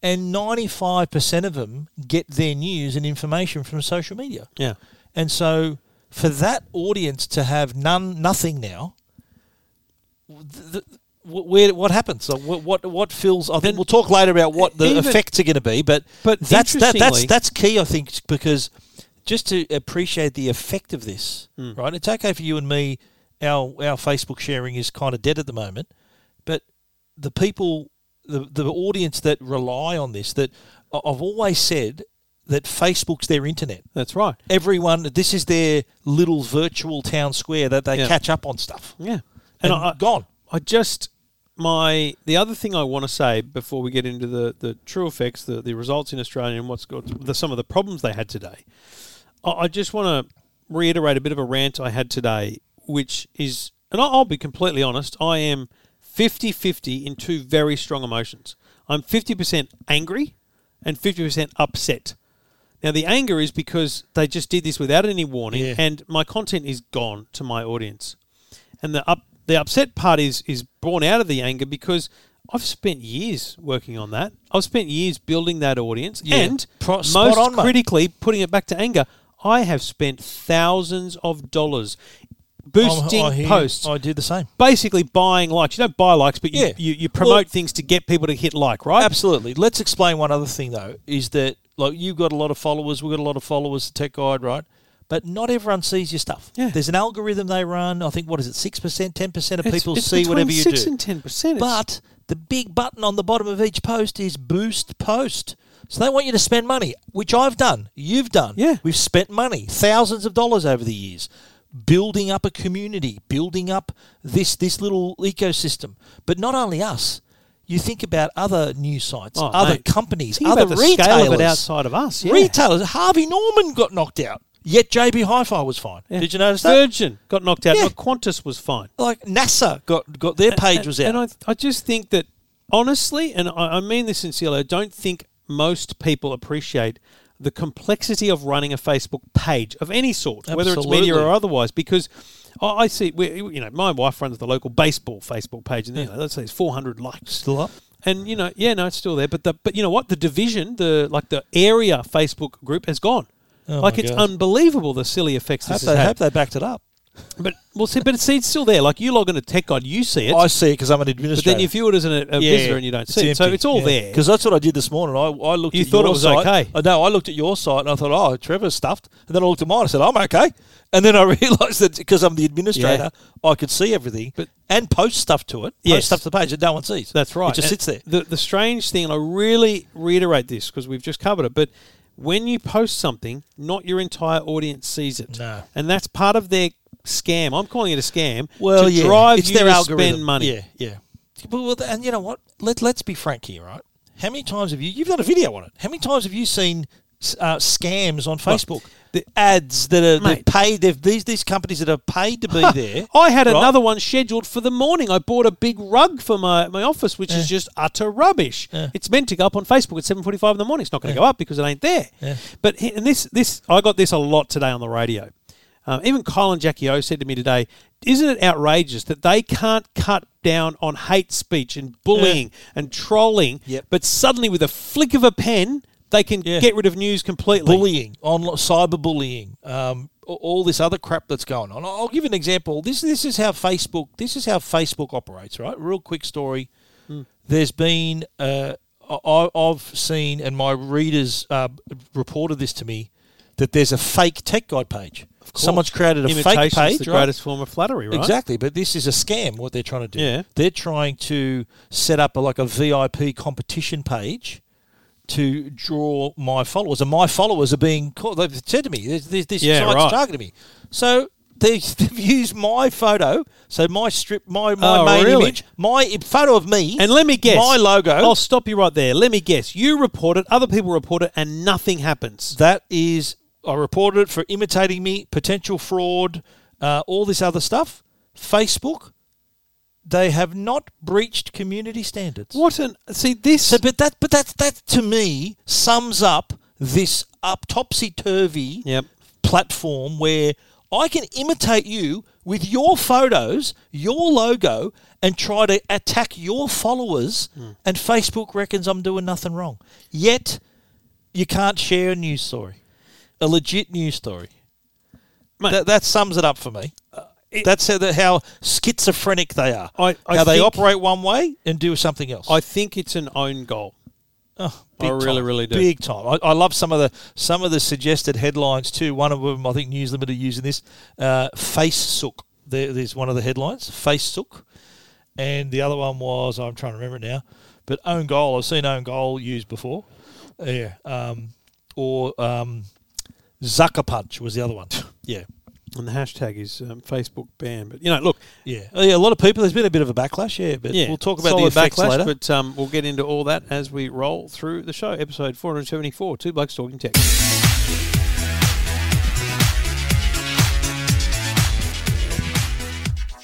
Speaker 1: and ninety five percent of them get their news and information from social media.
Speaker 2: Yeah.
Speaker 1: And so, for that audience to have none, nothing now, th- th- wh- where what happens? So wh- what what fills? I think
Speaker 2: And
Speaker 1: we'll talk later about what the
Speaker 2: even-
Speaker 1: effects are going to be, but
Speaker 2: But
Speaker 1: that's that, that's
Speaker 2: interestingly-
Speaker 1: that's key, I think, because just to appreciate the effect of this,
Speaker 2: Hmm.
Speaker 1: right? It's okay for you and me. Our our Facebook sharing is kind of dead at the moment, but the people, the the audience that rely on this, that I- I've always said that Facebook's their internet
Speaker 2: That's right.
Speaker 1: everyone this is their little virtual town square that they
Speaker 2: Yeah.
Speaker 1: catch up on stuff
Speaker 2: Yeah.
Speaker 1: and,
Speaker 2: And, I,
Speaker 1: gone
Speaker 2: I just my the other thing I want to say before we get into the the true effects, the the results in Australia and what's got the, some of the problems they had today. I, I just want to reiterate a bit of a rant I had today, which is, and I- I'll be completely honest, I am 50-50 in two very strong emotions. I'm fifty percent angry and fifty percent upset. Now the anger is because they just did this without any warning,
Speaker 1: Yeah.
Speaker 2: and my content is gone to my audience and the up the upset part is is born out of the anger because I've spent years working on that. I've spent years building that audience,
Speaker 1: Yeah.
Speaker 2: and
Speaker 1: Pro-
Speaker 2: most
Speaker 1: spot on, mate.
Speaker 2: critically, putting it back to anger. I have spent thousands of dollars boosting
Speaker 1: I, I hear-
Speaker 2: posts,
Speaker 1: i do the same
Speaker 2: basically buying likes. You don't buy likes, but you
Speaker 1: Oh. Yeah.
Speaker 2: you, you promote
Speaker 1: Well-
Speaker 2: things to get people to hit like, right?
Speaker 1: absolutely let's explain one other thing though is that like you've got a lot of followers we've got a lot of followers the tech guide right but not everyone sees your stuff
Speaker 2: Yeah.
Speaker 1: there's an algorithm they run i think what is it 6% 10% of
Speaker 2: It's-
Speaker 1: people
Speaker 2: it's
Speaker 1: see whatever
Speaker 2: between
Speaker 1: you
Speaker 2: six
Speaker 1: do
Speaker 2: and ten percent.
Speaker 1: but the big button on the bottom of each post is boost post so they want you to spend money which i've done you've done
Speaker 2: Yeah.
Speaker 1: we've spent money thousands of dollars over the years building up a community building up this this little ecosystem but not only us you think about other news sites
Speaker 2: Oh,
Speaker 1: other
Speaker 2: mate.
Speaker 1: companies
Speaker 2: Think
Speaker 1: other
Speaker 2: about the
Speaker 1: retailers
Speaker 2: scale of it outside of us. Yeah.
Speaker 1: retailers harvey norman got knocked out yet jb hi-fi was fine
Speaker 2: Yeah.
Speaker 1: did you notice that
Speaker 2: Virgin got knocked out,
Speaker 1: Yeah.
Speaker 2: but Qantas was fine.
Speaker 1: like nasa got got their page was out
Speaker 2: And I, I just think that honestly, and I, I mean this sincerely, I don't think most people appreciate the complexity of running a Facebook page of any sort, whether it's media
Speaker 1: Absolutely.
Speaker 2: or otherwise, because. I I see. We, you know, my wife runs the local baseball Facebook page, and you know, let's say it's four hundred likes.
Speaker 1: Still up?
Speaker 2: and you know, yeah, no, it's still there. But the but you know what? The division, the like the area Facebook group has gone. like
Speaker 1: Oh, my
Speaker 2: it's
Speaker 1: God.
Speaker 2: unbelievable the silly effects
Speaker 1: hope
Speaker 2: this
Speaker 1: they,
Speaker 2: has
Speaker 1: hope
Speaker 2: had.
Speaker 1: they backed it up
Speaker 2: But well, see, but it's, it's still there. Like you log into Tech Guide, you see it.
Speaker 1: I see it because I'm an administrator.
Speaker 2: But then you view it as an, a visitor and you don't see it. So it's all there.
Speaker 1: Because that's what I did this morning. I, I looked
Speaker 2: You
Speaker 1: at
Speaker 2: thought
Speaker 1: your
Speaker 2: it was
Speaker 1: site.
Speaker 2: okay.
Speaker 1: Uh, No, I looked at your site and I thought, oh, Trevor's stuffed. And then I looked at mine and I said, I'm okay. And then I realised that because I'm the administrator, I could see everything
Speaker 2: But-
Speaker 1: and post stuff to it.
Speaker 2: Yes.
Speaker 1: Post stuff to the page that no one sees.
Speaker 2: That's right.
Speaker 1: It just
Speaker 2: And
Speaker 1: sits there.
Speaker 2: The, the strange thing, and I really reiterate this because we've just covered it, but when you post something, not your entire audience sees it.
Speaker 1: No.
Speaker 2: And that's part of their scam. I'm calling it a scam.
Speaker 1: Well,
Speaker 2: to
Speaker 1: yeah.
Speaker 2: drive
Speaker 1: it's
Speaker 2: you
Speaker 1: their
Speaker 2: to
Speaker 1: algorithm.
Speaker 2: spend money.
Speaker 1: Yeah, yeah. But, well, and you know what? Let, let's be frank here, right? How many times have you, you've done a video on it. How many times have you seen uh, scams on Facebook?
Speaker 2: the-
Speaker 1: ads that are they've
Speaker 2: Mate.
Speaker 1: paid, they've, these, these companies that are paid to be there.
Speaker 2: I had
Speaker 1: right?
Speaker 2: another one scheduled for the morning. I bought a big rug for my, my office, which is just utter rubbish. It's meant to go up on Facebook at seven forty five in the morning. It's not going to go up because it ain't there. But he- and this this I got this a lot today on the radio. Um, even Colin Jackie O said to me today, "Isn't it outrageous that they can't cut down on hate speech and bullying and trolling,
Speaker 1: Yep.
Speaker 2: but suddenly with a flick of a pen they can
Speaker 1: Yeah.
Speaker 2: get rid of news completely?"
Speaker 1: bullying, on cyberbullying, um, a- all this other crap that's going on. I'll give an example. This this is how Facebook this is how Facebook operates, right? Real quick story. There's been uh, I, I- I've seen and my readers uh, reported this to me that there's a fake tech guide page. Someone's created a fake
Speaker 2: Imitation's
Speaker 1: page,
Speaker 2: the
Speaker 1: right?
Speaker 2: greatest form of flattery, right?
Speaker 1: Exactly, but this is a scam. What they're trying to do,
Speaker 2: Yeah.
Speaker 1: they're trying to set up a, like a VIP competition page to draw my followers, and my followers are being caught. They've said to me, "This, this, this
Speaker 2: Yeah,
Speaker 1: site's
Speaker 2: right.
Speaker 1: targeting me," so. They've they've used my photo, so my strip, my, my
Speaker 2: Oh,
Speaker 1: main
Speaker 2: really?
Speaker 1: image, my i- photo of me,
Speaker 2: And let me guess.
Speaker 1: my logo.
Speaker 2: I'll stop you right there. Let me guess. You report it, other people report it, and nothing happens.
Speaker 1: that is, I reported it for imitating me, potential fraud, uh, all this other stuff. Facebook, they have not breached community standards.
Speaker 2: What an. See, this.
Speaker 1: So, but that, but that, that to me sums up this up topsy turvy
Speaker 2: Yep.
Speaker 1: platform where I can imitate you with your photos, your logo, and try to attack your followers.
Speaker 2: Hmm.
Speaker 1: And Facebook reckons I'm doing nothing wrong. Yet, you can't share a news story, a legit news story.
Speaker 2: Mate. Uh,
Speaker 1: That, that sums it up for me.
Speaker 2: It-
Speaker 1: That's how, the, how schizophrenic they are.
Speaker 2: I- I
Speaker 1: how they
Speaker 2: think-
Speaker 1: operate one way and do something else.
Speaker 2: I think it's an own goal.
Speaker 1: Oh,
Speaker 2: I really, really do.
Speaker 1: Big time. I, I love some of the some of the suggested headlines too. One of them, I think, News Limited are using this. Uh, face sook. There, there's one of the headlines. Face sook, and the other one was I'm trying to remember it now. But own goal. I've seen own goal used before. Yeah. Um, or um, Zucker punch was the other one. Yeah.
Speaker 2: And the hashtag is um, Facebook ban. But you know, look,
Speaker 1: Yeah. Oh, yeah. A lot of people. There's been a bit of a backlash. Yeah. But
Speaker 2: yeah,
Speaker 1: we'll talk about the
Speaker 2: solid
Speaker 1: effects
Speaker 2: backlash,
Speaker 1: later.
Speaker 2: But um, we'll get into all that as we roll through the show. Episode 474, Two Blokes Talking Tech.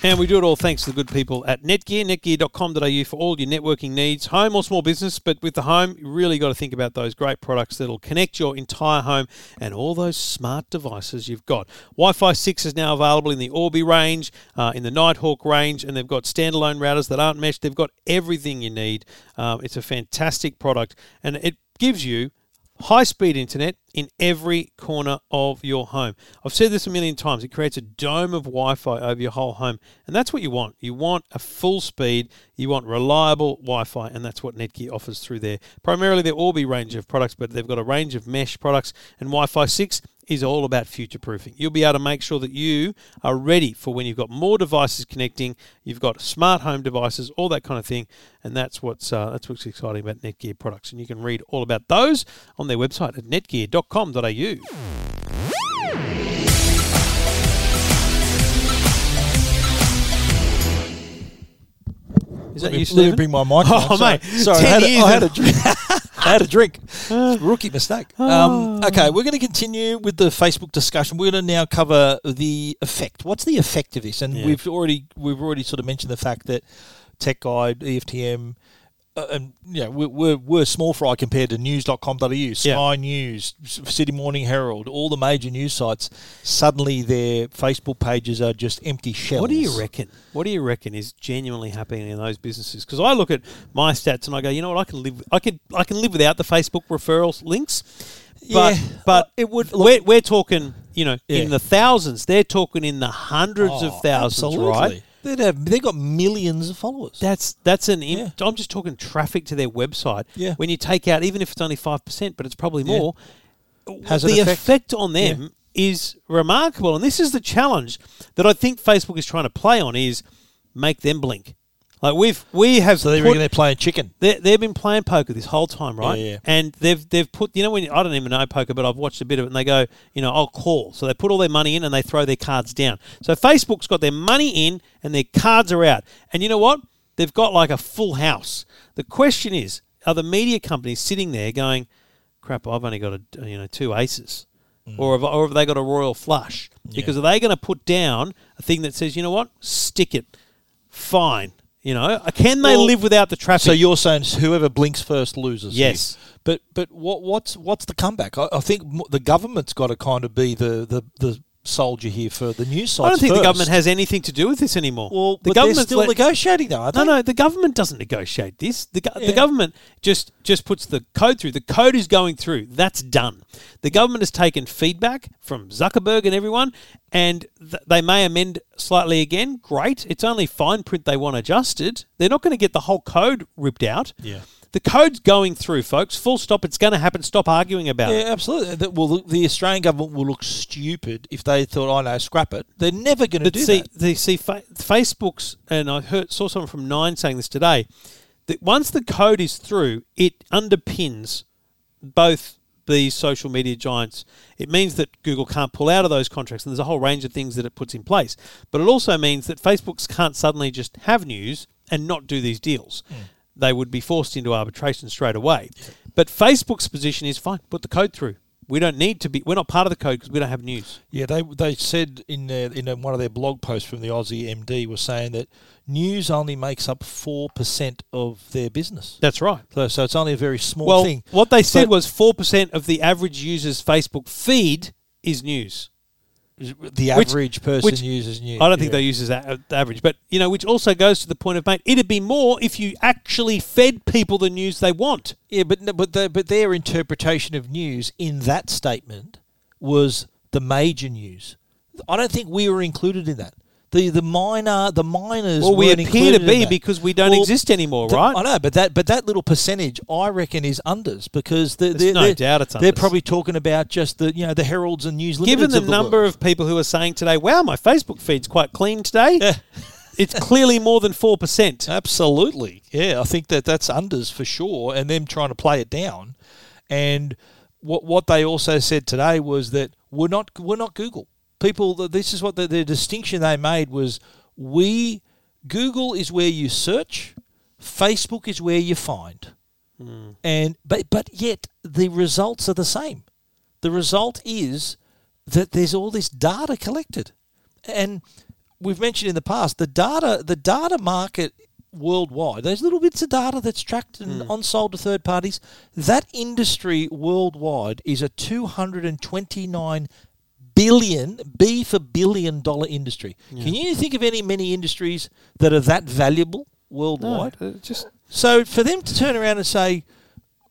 Speaker 2: And we do it all thanks to the good people at Netgear, netgear.com.au for all your networking needs, home or small business. But with the home, you really got to think about those great products that'll connect your entire home and all those smart devices you've got. Wi Fi 6 is now available in the Orbi range, uh, in the Nighthawk range, and they've got standalone routers that aren't meshed. They've got everything you need. Um, it's a fantastic product, and it gives you high speed internet in every corner of your home. I've said this a million times, it creates a dome of Wi Fi over your whole home, and that's what you want. You want a full speed, you want reliable Wi Fi, and that's what Netgear offers through there. Primarily their Orbi range of products, but they've got a range of mesh products and Wi Fi 6 is all about future proofing. You'll be able to make sure that you are ready for when you've got more devices connecting, you've got smart home devices, all that kind of thing, and that's what's uh, that's what's exciting about Netgear products. And you can read all about those on their website at netgear.com.au. Is
Speaker 1: Let me-
Speaker 2: that you,
Speaker 1: let me
Speaker 2: Stephen?
Speaker 1: bring my mic.
Speaker 2: Oh,
Speaker 1: down. Sorry.
Speaker 2: mate,
Speaker 1: Sorry, I
Speaker 2: 10
Speaker 1: had, a-
Speaker 2: years
Speaker 1: I had
Speaker 2: in-
Speaker 1: a drink. I had a drink. Rookie mistake. Um, okay, we're going to continue with the Facebook discussion. We're going to now cover the effect. What's the effect of this? And
Speaker 2: Yeah.
Speaker 1: we've already we've already sort of mentioned the fact that Tech Guide, E EFTM, uh, and you know, we're, we're, we're small fry compared to news.com.au, Sky News, S- City Morning Herald, all the major news sites. Suddenly, their Facebook pages are just empty shells.
Speaker 2: What do you reckon? What do you reckon is genuinely happening in those businesses? Because I look at my stats and I go, you know what? I can live. I could. I can live without the Facebook referrals links. But
Speaker 1: Yeah,
Speaker 2: but
Speaker 1: uh, it would-
Speaker 2: We're, we're talking. You know,
Speaker 1: Yeah.
Speaker 2: in the thousands. They're talking in the hundreds
Speaker 1: Oh,
Speaker 2: of thousands, right?
Speaker 1: They'd have, they've got millions of followers.
Speaker 2: That's that's an. Im-
Speaker 1: Yeah.
Speaker 2: I'm just talking traffic to their website.
Speaker 1: Yeah.
Speaker 2: When you take out, even if it's only five percent, but it's probably
Speaker 1: Yeah.
Speaker 2: more.
Speaker 1: Has an
Speaker 2: the
Speaker 1: effect.
Speaker 2: on them is remarkable, and this is the challenge that I think Facebook is trying to play on: is make them blink. Like we've we have
Speaker 1: so they
Speaker 2: put-
Speaker 1: reckon they're playing chicken.
Speaker 2: they, they've been playing poker this whole time, right?
Speaker 1: Yeah, yeah.
Speaker 2: And they've they've put you know when I don't even know poker, but I've watched a bit of it, and they go you know I'll call. So they put all their money in and they throw their cards down. So Facebook's got their money in and their cards are out. And you know what? They've got like a full house. The question is, are the media companies sitting there going, "Crap, I've only got a, you know two aces."
Speaker 1: Mm.
Speaker 2: Or have, or have they got a royal flush? Because are they going to put down a thing that says, you know what, stick it, fine. You know, can they
Speaker 1: Well,
Speaker 2: live without the traffic?
Speaker 1: So you're saying whoever blinks first loses.
Speaker 2: Yes.
Speaker 1: here. but but what what's what's the comeback? I, I think m- the government's got to kind of be the the, the soldier here for the news sites.
Speaker 2: I don't think the
Speaker 1: first.
Speaker 2: government has anything to do with this anymore.
Speaker 1: Well,
Speaker 2: the
Speaker 1: but they're
Speaker 2: government's
Speaker 1: still
Speaker 2: let-
Speaker 1: negotiating though. Aren't
Speaker 2: no,
Speaker 1: they?
Speaker 2: no, the government doesn't negotiate this. The, go-
Speaker 1: Yeah.
Speaker 2: the government just just puts the code through. The code is going through. That's done. The government has taken feedback from Zuckerberg and everyone, and th- they may amend slightly again. Great. It's only fine print they want adjusted. They're not going to get the whole code ripped out.
Speaker 1: Yeah.
Speaker 2: The code's going through, folks. Full stop. It's going to happen. Stop arguing about it.
Speaker 1: Yeah, absolutely. That- Well, look, the Australian government will look stupid if they thought, "I know, scrap it." They're never going to
Speaker 2: But
Speaker 1: do
Speaker 2: see,
Speaker 1: that.
Speaker 2: they see fa- Facebook's, and I heard, saw someone from Nine saying this today. That once the code is through, it underpins both these social media giants. It means that Google can't pull out of those contracts, and there's a whole range of things that it puts in place. But it also means that Facebooks can't suddenly just have news and not do these deals.
Speaker 1: Hmm.
Speaker 2: They would be forced into arbitration straight away. But Facebook's position is fine. Put the code through. We don't need to be. We're not part of the code because we don't have news.
Speaker 1: Yeah, they they said in their, in one of their blog posts from the Aussie MD was saying that news only makes up four percent of their business.
Speaker 2: That's right.
Speaker 1: So, so it's only a very small
Speaker 2: Well,
Speaker 1: thing.
Speaker 2: what they said
Speaker 1: But-
Speaker 2: was four percent of the average user's Facebook feed is news.
Speaker 1: the
Speaker 2: Which-
Speaker 1: average person
Speaker 2: which-
Speaker 1: uses news.
Speaker 2: I don't think
Speaker 1: yeah.
Speaker 2: they use as a- the average, but you know, which also goes to the point of mate, it'd be more if you actually fed people the news they want.
Speaker 1: Yeah, but no- but the, but their interpretation of news in that statement was the major news. I don't think we were included in that. the the minor the miners.
Speaker 2: Well, we
Speaker 1: weren't
Speaker 2: appear to
Speaker 1: included in
Speaker 2: be
Speaker 1: that.
Speaker 2: because we don't
Speaker 1: Well,
Speaker 2: exist anymore,
Speaker 1: th-
Speaker 2: right?
Speaker 1: I know, but that but that little percentage, I reckon, is unders because they're,
Speaker 2: There's
Speaker 1: they're,
Speaker 2: no
Speaker 1: they're-
Speaker 2: doubt it's
Speaker 1: they're
Speaker 2: unders.
Speaker 1: probably talking about just the you know the heralds and news.
Speaker 2: Given
Speaker 1: Limiteds
Speaker 2: the,
Speaker 1: of
Speaker 2: number
Speaker 1: world.
Speaker 2: of people who are saying today, "Wow, my Facebook feed's quite clean today," it's clearly more than four percent.
Speaker 1: Absolutely. Yeah, I think that that's unders for sure, and them trying to play it down. And what what they also said today was that we're not we're not Google. People, th- this is what the, the distinction they made was we Google is where you search, Facebook is where you find, and but but yet the results are the same. The result is that there's all this data collected, and we've mentioned in the past the data the data market worldwide those little bits of data that's tracked and unsold to third parties that industry worldwide is a 229 billion b for billion dollar industry can you think of any many industries that are that valuable worldwide
Speaker 2: Uh, Just
Speaker 1: so for them to turn around and say,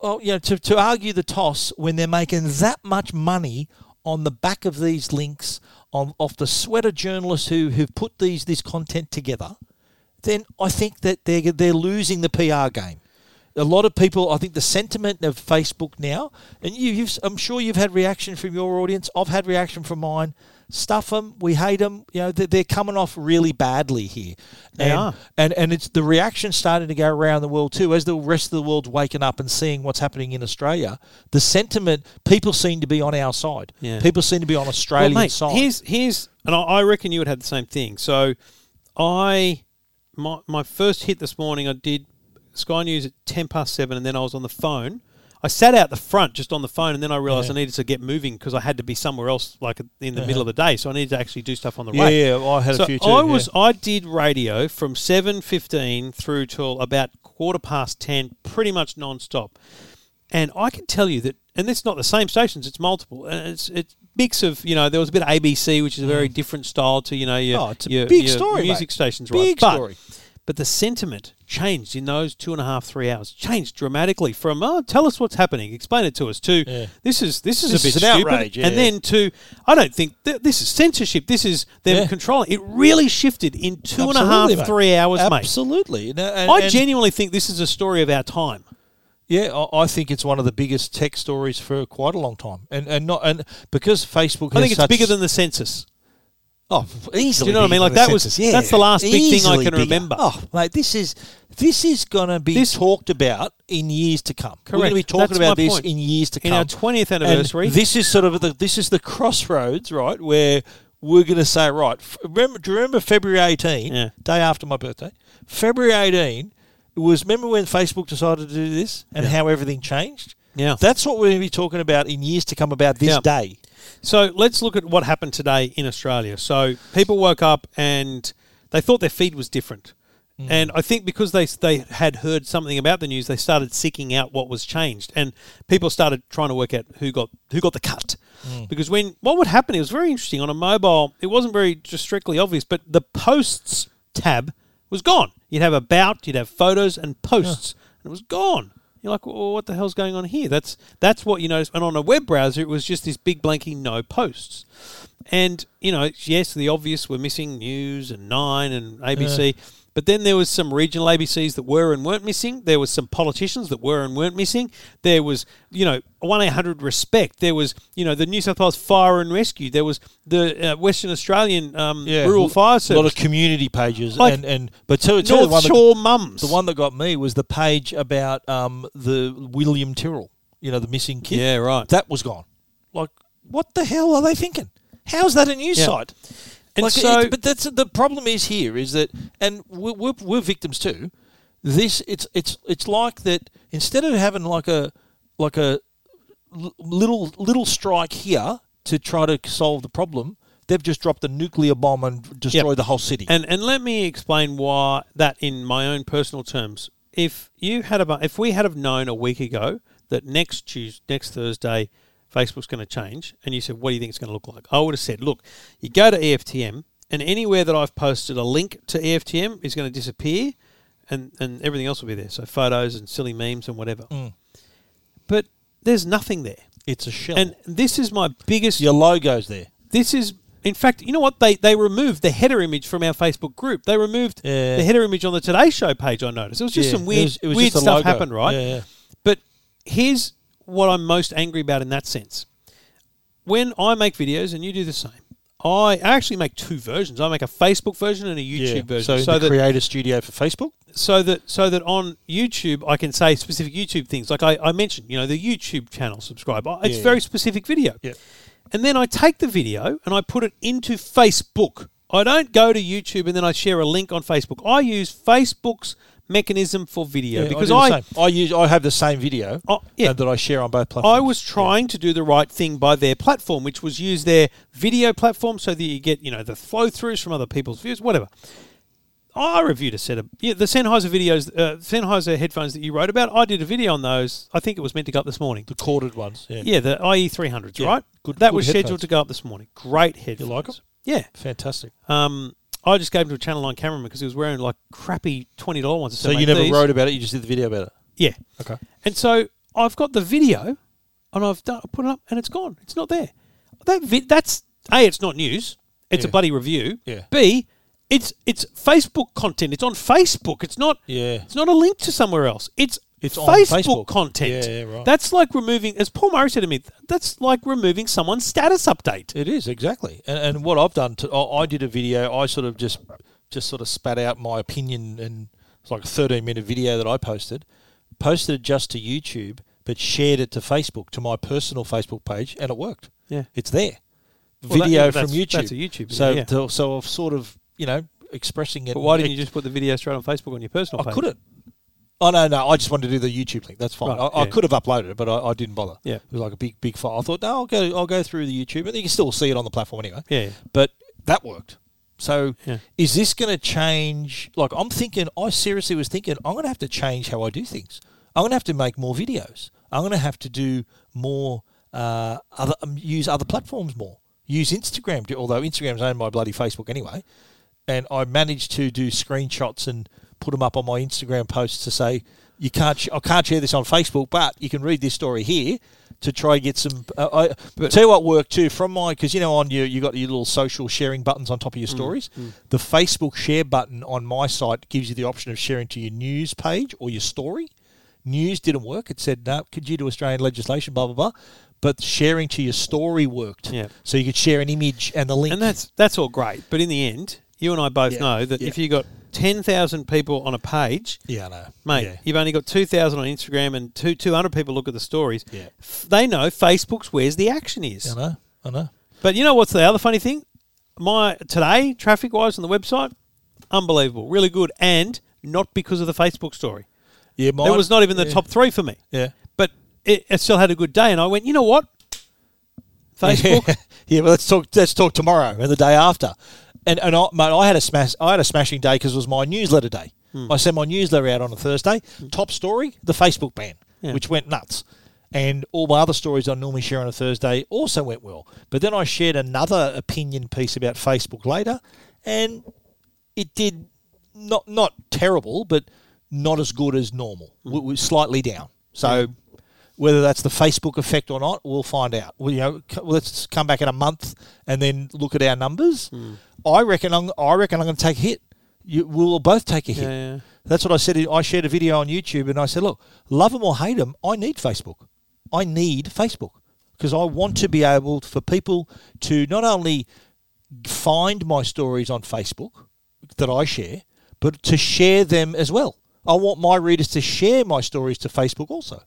Speaker 1: oh, you know, to, to argue the toss when they're making that much money on the back of these links, on off the sweater journalists who who've put these this content together, then I think that they're they're losing the PR game. A lot of people, I think, the sentiment of Facebook now, and you, you've, I'm sure you've had reaction from your audience. I've had reaction from mine. Stuff them, we hate them. You know, they're, they're coming off really badly here.
Speaker 2: They
Speaker 1: and,
Speaker 2: are.
Speaker 1: and and it's the reaction starting to go around the world too as the rest of the world's waking up and seeing what's happening in Australia. The sentiment people seem to be on our side.
Speaker 2: Yeah.
Speaker 1: People seem to be on Australian
Speaker 2: well, mate,
Speaker 1: side.
Speaker 2: Here's here's, and I, I reckon you would have the same thing. So, I my my first hit this morning, I did Sky News at ten past seven, and then I was on the phone. I sat out the front just on the phone, and then I realised I needed to get moving because I had to be somewhere else, like in the middle of the day. So I needed to actually do stuff on the
Speaker 1: Uh-huh. Yeah,
Speaker 2: way.
Speaker 1: yeah, I had a
Speaker 2: so
Speaker 1: few too,
Speaker 2: I
Speaker 1: yeah.
Speaker 2: was I did radio from seven fifteen through till about quarter past ten, pretty much non-stop. And I can tell you that, and it's not the same stations; it's multiple. And it's it's mix of you know there was a bit of ABC, which is a very different style to you know your
Speaker 1: Mm. Oh, it's a
Speaker 2: your-
Speaker 1: big
Speaker 2: your
Speaker 1: story, mate.
Speaker 2: music stations, right?
Speaker 1: Big
Speaker 2: but,
Speaker 1: story.
Speaker 2: But the sentiment changed in those two and a half three hours. Changed dramatically from oh, tell us what's happening, explain it to us. To this is this is
Speaker 1: This
Speaker 2: a bit
Speaker 1: is an
Speaker 2: stupid,
Speaker 1: outrage, yeah.
Speaker 2: and then to I don't think th- this is censorship. This is them
Speaker 1: Yeah.
Speaker 2: controlling. It really shifted in two and a half, three
Speaker 1: Absolutely, mate.
Speaker 2: hours, mate.
Speaker 1: Absolutely. And- and-
Speaker 2: I
Speaker 1: and-
Speaker 2: genuinely think this is a story of our time.
Speaker 1: Yeah, I, I think it's one of the biggest tech stories for quite a long time, and and not and because Facebook.
Speaker 2: I
Speaker 1: has
Speaker 2: think it's
Speaker 1: such-
Speaker 2: bigger than the census.
Speaker 1: oh easily.
Speaker 2: Do you know what I
Speaker 1: bigger
Speaker 2: mean?
Speaker 1: than
Speaker 2: Like
Speaker 1: the
Speaker 2: that was-
Speaker 1: census, yeah.
Speaker 2: that's the last big thing I
Speaker 1: Easily
Speaker 2: can
Speaker 1: bigger.
Speaker 2: remember.
Speaker 1: Oh, mate, this is this is going to be
Speaker 2: This-
Speaker 1: talked about in years to come. We're going
Speaker 2: Correct.
Speaker 1: to be talking
Speaker 2: That's
Speaker 1: about
Speaker 2: my
Speaker 1: this
Speaker 2: point.
Speaker 1: in years to
Speaker 2: In
Speaker 1: come.
Speaker 2: our 20th
Speaker 1: And
Speaker 2: anniversary.
Speaker 1: this is sort of the this is the crossroads, right? Where we're going to say, right? f- Remember, do you remember February 18,
Speaker 2: Yeah.
Speaker 1: day after my birthday? February 18 was remember when Facebook decided to do this and how everything changed.
Speaker 2: Yeah.
Speaker 1: That's what we're going to be talking about in years to come about this
Speaker 2: Yeah.
Speaker 1: day.
Speaker 2: So let's look at what happened today in Australia. So people woke up and they thought their feed was different. And I think because they they had heard something about the news, they started seeking out what was changed, and people started trying to work out who got who got the cut. Because when what would happen, it was very interesting on a mobile. It wasn't very just strictly obvious, but the posts tab was gone. You'd have about, you'd have photos and posts, and it was gone. You're like, well, what the hell's going on here? That's that's what you notice. And on a web browser, it was just this big blanking no posts. And you know, yes, the obvious were missing news and Nine and ABC, but then there was some regional ABCs that were and weren't missing. There was some politicians that were and weren't missing. There was you know one eight hundred respect. There was you know the New South Wales Fire and Rescue. There was the uh, Western Australian um, Rural Fire
Speaker 1: A lot
Speaker 2: Service.
Speaker 1: of community pages,
Speaker 2: Like,
Speaker 1: and, and but to, to the one
Speaker 2: North
Speaker 1: that-
Speaker 2: Shore mums.
Speaker 1: The one that got me was the page about um, the William Tyrrell, you know, the missing kid.
Speaker 2: Yeah, right.
Speaker 1: That was gone. Like, what the hell are they thinking? How's that a news
Speaker 2: Yeah.
Speaker 1: site?
Speaker 2: And
Speaker 1: like,
Speaker 2: so-
Speaker 1: it- but that's the problem is here is that, and we're, we're, we're victims too. This it's it's it's like that. Instead of having like a like a l- little little strike here to try to solve the problem, they've just dropped a nuclear bomb and destroyed the whole city.
Speaker 2: And and let me explain why that in my own personal terms. If you had a, if we had have known a week ago that next Tuesday, next Thursday, Facebook's going to change, and you said, "What do you think it's going to look like?" I would have said, "Look, you go to E EFTM, and anywhere that I've posted a link to E EFTM is going to disappear, and and everything else will be there. So photos and silly memes and whatever." But there's nothing there,
Speaker 1: Mm. it's a shell.
Speaker 2: and this is my biggest
Speaker 1: your logo's there.
Speaker 2: this is In fact, you know what? They they removed the header image from our Facebook group. They removed
Speaker 1: Yeah.
Speaker 2: the header image on the Today Show page. I noticed it was just
Speaker 1: Yeah,
Speaker 2: some weird weird
Speaker 1: just a
Speaker 2: stuff
Speaker 1: logo.
Speaker 2: happened, right?
Speaker 1: Yeah, yeah.
Speaker 2: But here's what I'm most angry about in that sense. When I make videos and you do the same, I actually make two versions. I make a Facebook version and a YouTube
Speaker 1: Yeah. So,
Speaker 2: version.
Speaker 1: in
Speaker 2: So,
Speaker 1: the
Speaker 2: that
Speaker 1: creator studio for Facebook.
Speaker 2: so that so that on YouTube I can say specific YouTube things. Like I, I mentioned, you know, the YouTube channel subscribe. I- It's
Speaker 1: Yeah,
Speaker 2: very
Speaker 1: yeah.
Speaker 2: specific video.
Speaker 1: Yeah.
Speaker 2: And then I take the video and I put it into Facebook. I don't go to YouTube and then I share a link on Facebook. I use Facebook's mechanism for video because
Speaker 1: do the
Speaker 2: I
Speaker 1: same. I use I have the same video
Speaker 2: Oh, yeah.
Speaker 1: uh, that I share on both platforms.
Speaker 2: I was trying to do the right thing by their platform, which was use their video platform so that you get, you know, the flow throughs from other people's views, whatever. I reviewed a set of yeah, the Sennheiser videos, uh, Sennheiser headphones that you wrote about. I did a video on those. I think it was meant to go up this morning.
Speaker 1: the corded ones. Yeah,
Speaker 2: Yeah, the IE three hundreds,
Speaker 1: Yeah,
Speaker 2: right?
Speaker 1: good-
Speaker 2: that
Speaker 1: good
Speaker 2: was scheduled
Speaker 1: headphones.
Speaker 2: to go up this morning. Great headphones.
Speaker 1: like 'em?
Speaker 2: Yeah.
Speaker 1: fantastic.
Speaker 2: Um, I just gave them to a Channel Nine cameraman because he was wearing like crappy twenty dollar ones.
Speaker 1: So you never wrote about it; you just did the video about it.
Speaker 2: Yeah.
Speaker 1: Okay.
Speaker 2: And so I've got the video, and I've done, I put it up, and it's gone. It's not there. That vi- that's a. It's not news. It's a
Speaker 1: Yeah.
Speaker 2: bloody review.
Speaker 1: Yeah.
Speaker 2: B. It's it's Facebook content. It's on Facebook. It's not.
Speaker 1: Yeah.
Speaker 2: It's not a link to somewhere else. It's
Speaker 1: It's on
Speaker 2: Facebook,
Speaker 1: Facebook.
Speaker 2: content.
Speaker 1: Yeah, yeah, right.
Speaker 2: That's like removing, as Paul Murray said to me, that's like removing someone's status update.
Speaker 1: It is exactly, and, and what I've done, to, I, I did a video. I sort of just, just sort of spat out my opinion, and it's like a thirteen-minute video that I posted, posted it just to YouTube, but shared it to Facebook, to my personal Facebook page, and it worked.
Speaker 2: Yeah.
Speaker 1: it's there,
Speaker 2: Well, that-
Speaker 1: video
Speaker 2: yeah,
Speaker 1: from
Speaker 2: that's-
Speaker 1: YouTube.
Speaker 2: that's a YouTube
Speaker 1: So,
Speaker 2: video, yeah.
Speaker 1: to- so I've sort of, you know, expressing it.
Speaker 2: But why didn't you just put the video straight on Facebook on your personal
Speaker 1: I
Speaker 2: page?
Speaker 1: couldn't. Oh no, no! I just wanted to do the YouTube link. That's fine.
Speaker 2: Right,
Speaker 1: I, I
Speaker 2: yeah.
Speaker 1: could have uploaded it, but I, I didn't bother.
Speaker 2: Yeah.
Speaker 1: it was like a big, big file. I thought, no, I'll go, I'll go through the YouTube, and you can still see it on the platform anyway.
Speaker 2: Yeah, yeah.
Speaker 1: but that worked. So,
Speaker 2: Yeah.
Speaker 1: is this going to change? Like, I'm thinking. I seriously was thinking. I'm going to have to change how I do things. I'm going to have to make more videos. I'm going to have to do more. Uh, other um, use other platforms more. Use Instagram. do- Although Instagram's owned by bloody Facebook anyway, and I managed to do screenshots and put them up on my Instagram posts to say you can't sh- I can't share this on Facebook, but you can read this story here to try and get some. Uh, I tell you what worked too from my because you know on your you got your little social sharing buttons on top of your
Speaker 2: Mm,
Speaker 1: stories. The Facebook share button on my site gives you the option of sharing to your news page or your story. News didn't work. It said no, could you do Australian legislation, blah blah blah. But sharing to your story worked.
Speaker 2: Yeah.
Speaker 1: So you could share an image and the link.
Speaker 2: And that's that's all great, but in the end, you and I both
Speaker 1: Yeah,
Speaker 2: know that
Speaker 1: yeah.
Speaker 2: if you got ten thousand people on a page,
Speaker 1: yeah, I know.
Speaker 2: mate,
Speaker 1: Yeah.
Speaker 2: you've only got two thousand on Instagram and two two hundred people look at the stories.
Speaker 1: Yeah.
Speaker 2: F- they know Facebook's where's the action
Speaker 1: I
Speaker 2: is.
Speaker 1: know. I know.
Speaker 2: But you know what's the other funny thing? My today traffic wise on the website, unbelievable, really good, and not because of the Facebook story.
Speaker 1: Yeah,
Speaker 2: It
Speaker 1: mine,
Speaker 2: was not even the top three for me.
Speaker 1: Yeah.
Speaker 2: But it, it still had a good day, and I went, you know what, Facebook.
Speaker 1: yeah, well, let's talk. Let's talk tomorrow and the day after. And and I, mate, I had a smash. I had a smashing day because it was my newsletter day.
Speaker 2: Hmm.
Speaker 1: I sent my newsletter out on a Thursday. Top story: the Facebook ban,
Speaker 2: Yeah.
Speaker 1: which went nuts. And all my other stories I normally share on a Thursday also went well. But then I shared another opinion piece about Facebook later, and it did not not terrible, but not as good as normal. We we slightly down. So whether that's the Facebook effect or not, we'll find out. Well, you know, c- let's come back in a month and then look at our numbers.
Speaker 2: Hmm.
Speaker 1: I reckon I'm, I reckon I'm going to take a hit. You, we'll both take a hit.
Speaker 2: Yeah, yeah.
Speaker 1: That's what I said. I shared a video on YouTube and I said, look, love them or hate them, I need Facebook. I need Facebook because I want to be able for people to not only find my stories on Facebook that I share, but to share them as well. I want my readers to share my stories to Facebook also,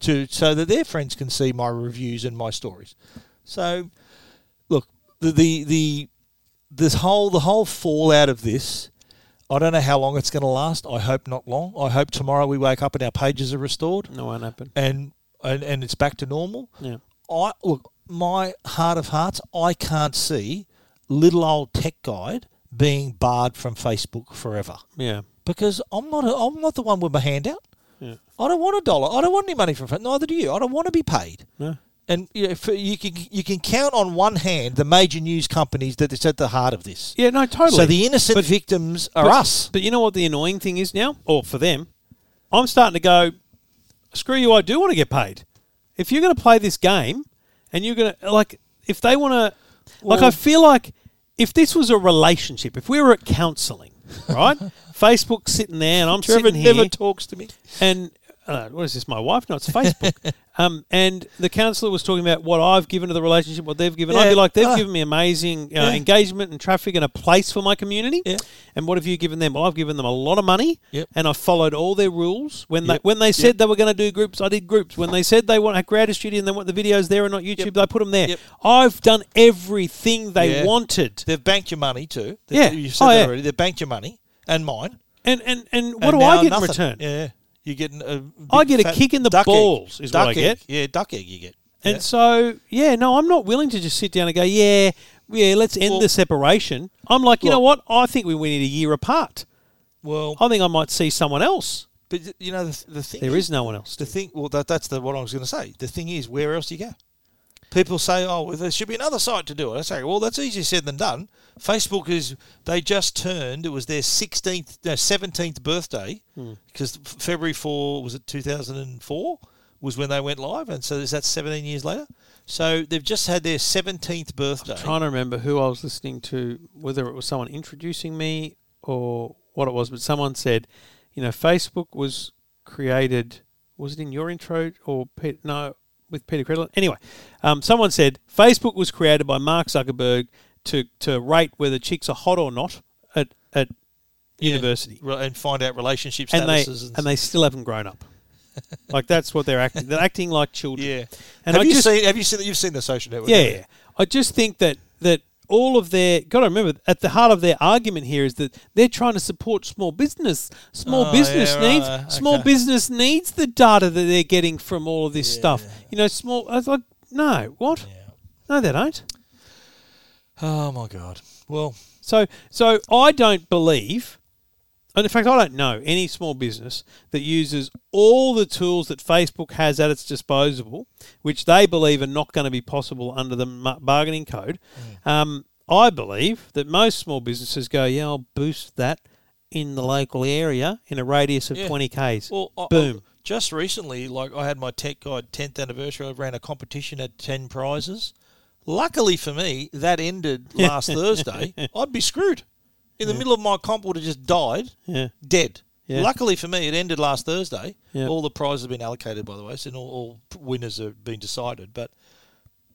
Speaker 1: to so that their friends can see my reviews and my stories. So, look, the the, the this whole the whole fallout of this, I don't know how long it's going to last. I hope not long. I hope tomorrow we wake up and our pages are restored
Speaker 2: No, won't happen.
Speaker 1: and and, and it's back to normal.
Speaker 2: Yeah.
Speaker 1: I look, my heart of hearts, I can't see little old tech guide being barred from Facebook forever
Speaker 2: Yeah.
Speaker 1: because I'm not a, I'm not the one with my hand out.
Speaker 2: Yeah.
Speaker 1: I don't want a dollar. I don't want any money from Facebook. Neither do you. I don't want to be paid.
Speaker 2: No.
Speaker 1: And you, know, for, you can you can count on one hand the major news companies that is at the heart of this.
Speaker 2: Yeah, no, totally.
Speaker 1: So the innocent victims are
Speaker 2: but,
Speaker 1: us.
Speaker 2: But you know what the annoying thing is now, or for them, I'm starting to go, screw you. I do want to get paid. If you're going to play this game, and you're going to like, if they want to, like, I
Speaker 1: Well-
Speaker 2: feel like if this was a relationship, if we were at counselling, right? Facebook's sitting there, and I'm
Speaker 1: Trevor
Speaker 2: sitting here,
Speaker 1: never talks to me.
Speaker 2: and uh, what is this? My wife? No, it's Facebook. um, and the counsellor was talking about what I've given to the relationship, what they've given. I'd
Speaker 1: Yeah.
Speaker 2: be like, they've
Speaker 1: Ah.
Speaker 2: given me amazing uh,
Speaker 1: Yeah.
Speaker 2: engagement and traffic and a place for my community.
Speaker 1: Yeah.
Speaker 2: And what have you given them? Well, I've given them a lot of money,
Speaker 1: Yep.
Speaker 2: and I followed all their rules. When they
Speaker 1: Yep.
Speaker 2: when they said they were going to do groups, I did groups. When they said they want a creator studio and they want the videos there and not YouTube, they put them there.
Speaker 1: Yep.
Speaker 2: I've done everything they
Speaker 1: Yeah.
Speaker 2: wanted.
Speaker 1: They've banked your money too. They've-
Speaker 2: Yeah.
Speaker 1: You've said
Speaker 2: Oh,
Speaker 1: that
Speaker 2: yeah.
Speaker 1: already. They've banked your money and mine.
Speaker 2: And and and what
Speaker 1: and
Speaker 2: do I
Speaker 1: now
Speaker 2: get
Speaker 1: nothing.
Speaker 2: in return?
Speaker 1: Yeah. You're getting a big
Speaker 2: I get a
Speaker 1: fat
Speaker 2: kick in the
Speaker 1: duck egg.
Speaker 2: balls is what
Speaker 1: duck
Speaker 2: I
Speaker 1: egg.
Speaker 2: get.
Speaker 1: Yeah, duck egg you get.
Speaker 2: And
Speaker 1: Yeah.
Speaker 2: so, yeah, no, I'm not willing to just sit down and go, yeah, yeah, let's end
Speaker 1: Well-
Speaker 2: the separation. I'm like, you know what? I think we, we need a year apart.
Speaker 1: well,
Speaker 2: I think I might see someone else.
Speaker 1: but y- you know the, the thing
Speaker 2: There is no one else.
Speaker 1: the thing. Well, that, that's the what I was going to say. The thing is, where else do you go? People say, "Oh, well, there should be another site to do it." I say, "Well, that's easier said than done." Facebook is they just turned. It was their sixteenth, no, seventeenth birthday
Speaker 2: Hmm.
Speaker 1: because February four was it two thousand and four was when they went live, and so is that seventeen years later? So they've just had their seventeenth birthday.
Speaker 2: trying to remember who I was listening to, whether it was someone introducing me or what it was, but someone said, you know, Facebook was created. Was it in your intro or Pete? No, with Peter Credlin. Anyway, um, someone said Facebook was created by Mark Zuckerberg to to rate whether chicks are hot or not at at university,
Speaker 1: Re- and find out relationship
Speaker 2: and they
Speaker 1: statuses and,
Speaker 2: and they still haven't grown up. like that's what they're acting. They're acting like children.
Speaker 1: yeah.
Speaker 2: And
Speaker 1: have
Speaker 2: I
Speaker 1: you
Speaker 2: just-
Speaker 1: seen? Have you seen? You've seen the social network?
Speaker 2: Yeah,
Speaker 1: haven't you?
Speaker 2: yeah. I just think that that all of their got to remember at the heart of their argument here is that they're trying to support small business. Small
Speaker 1: Oh,
Speaker 2: business
Speaker 1: yeah,
Speaker 2: needs
Speaker 1: right,
Speaker 2: small
Speaker 1: okay.
Speaker 2: business needs the data that they're getting from all of this stuff. You know, small. I was like, no, what? No, they don't.
Speaker 1: Oh my god. Well,
Speaker 2: So, so I don't believe, and in fact, I don't know any small business that uses all the tools that Facebook has at its disposal, which they believe are not going to be possible under the ma- bargaining code.
Speaker 1: Mm.
Speaker 2: Um, I believe that most small businesses go, yeah, I'll boost that in the local area in a radius of
Speaker 1: Yeah.
Speaker 2: twenty k's.
Speaker 1: Well, I- I-
Speaker 2: Boom.
Speaker 1: just recently, like I had my Tech Guide 10th anniversary. I ran a competition at 10 prizes. Luckily for me, that ended last Thursday. I'd be screwed. In the middle of my comp would have just died,
Speaker 2: yeah.
Speaker 1: dead.
Speaker 2: Yeah.
Speaker 1: Luckily for me, it ended last Thursday.
Speaker 2: Yeah.
Speaker 1: All the prizes have been allocated, by the way, so all, all p- winners have been decided. But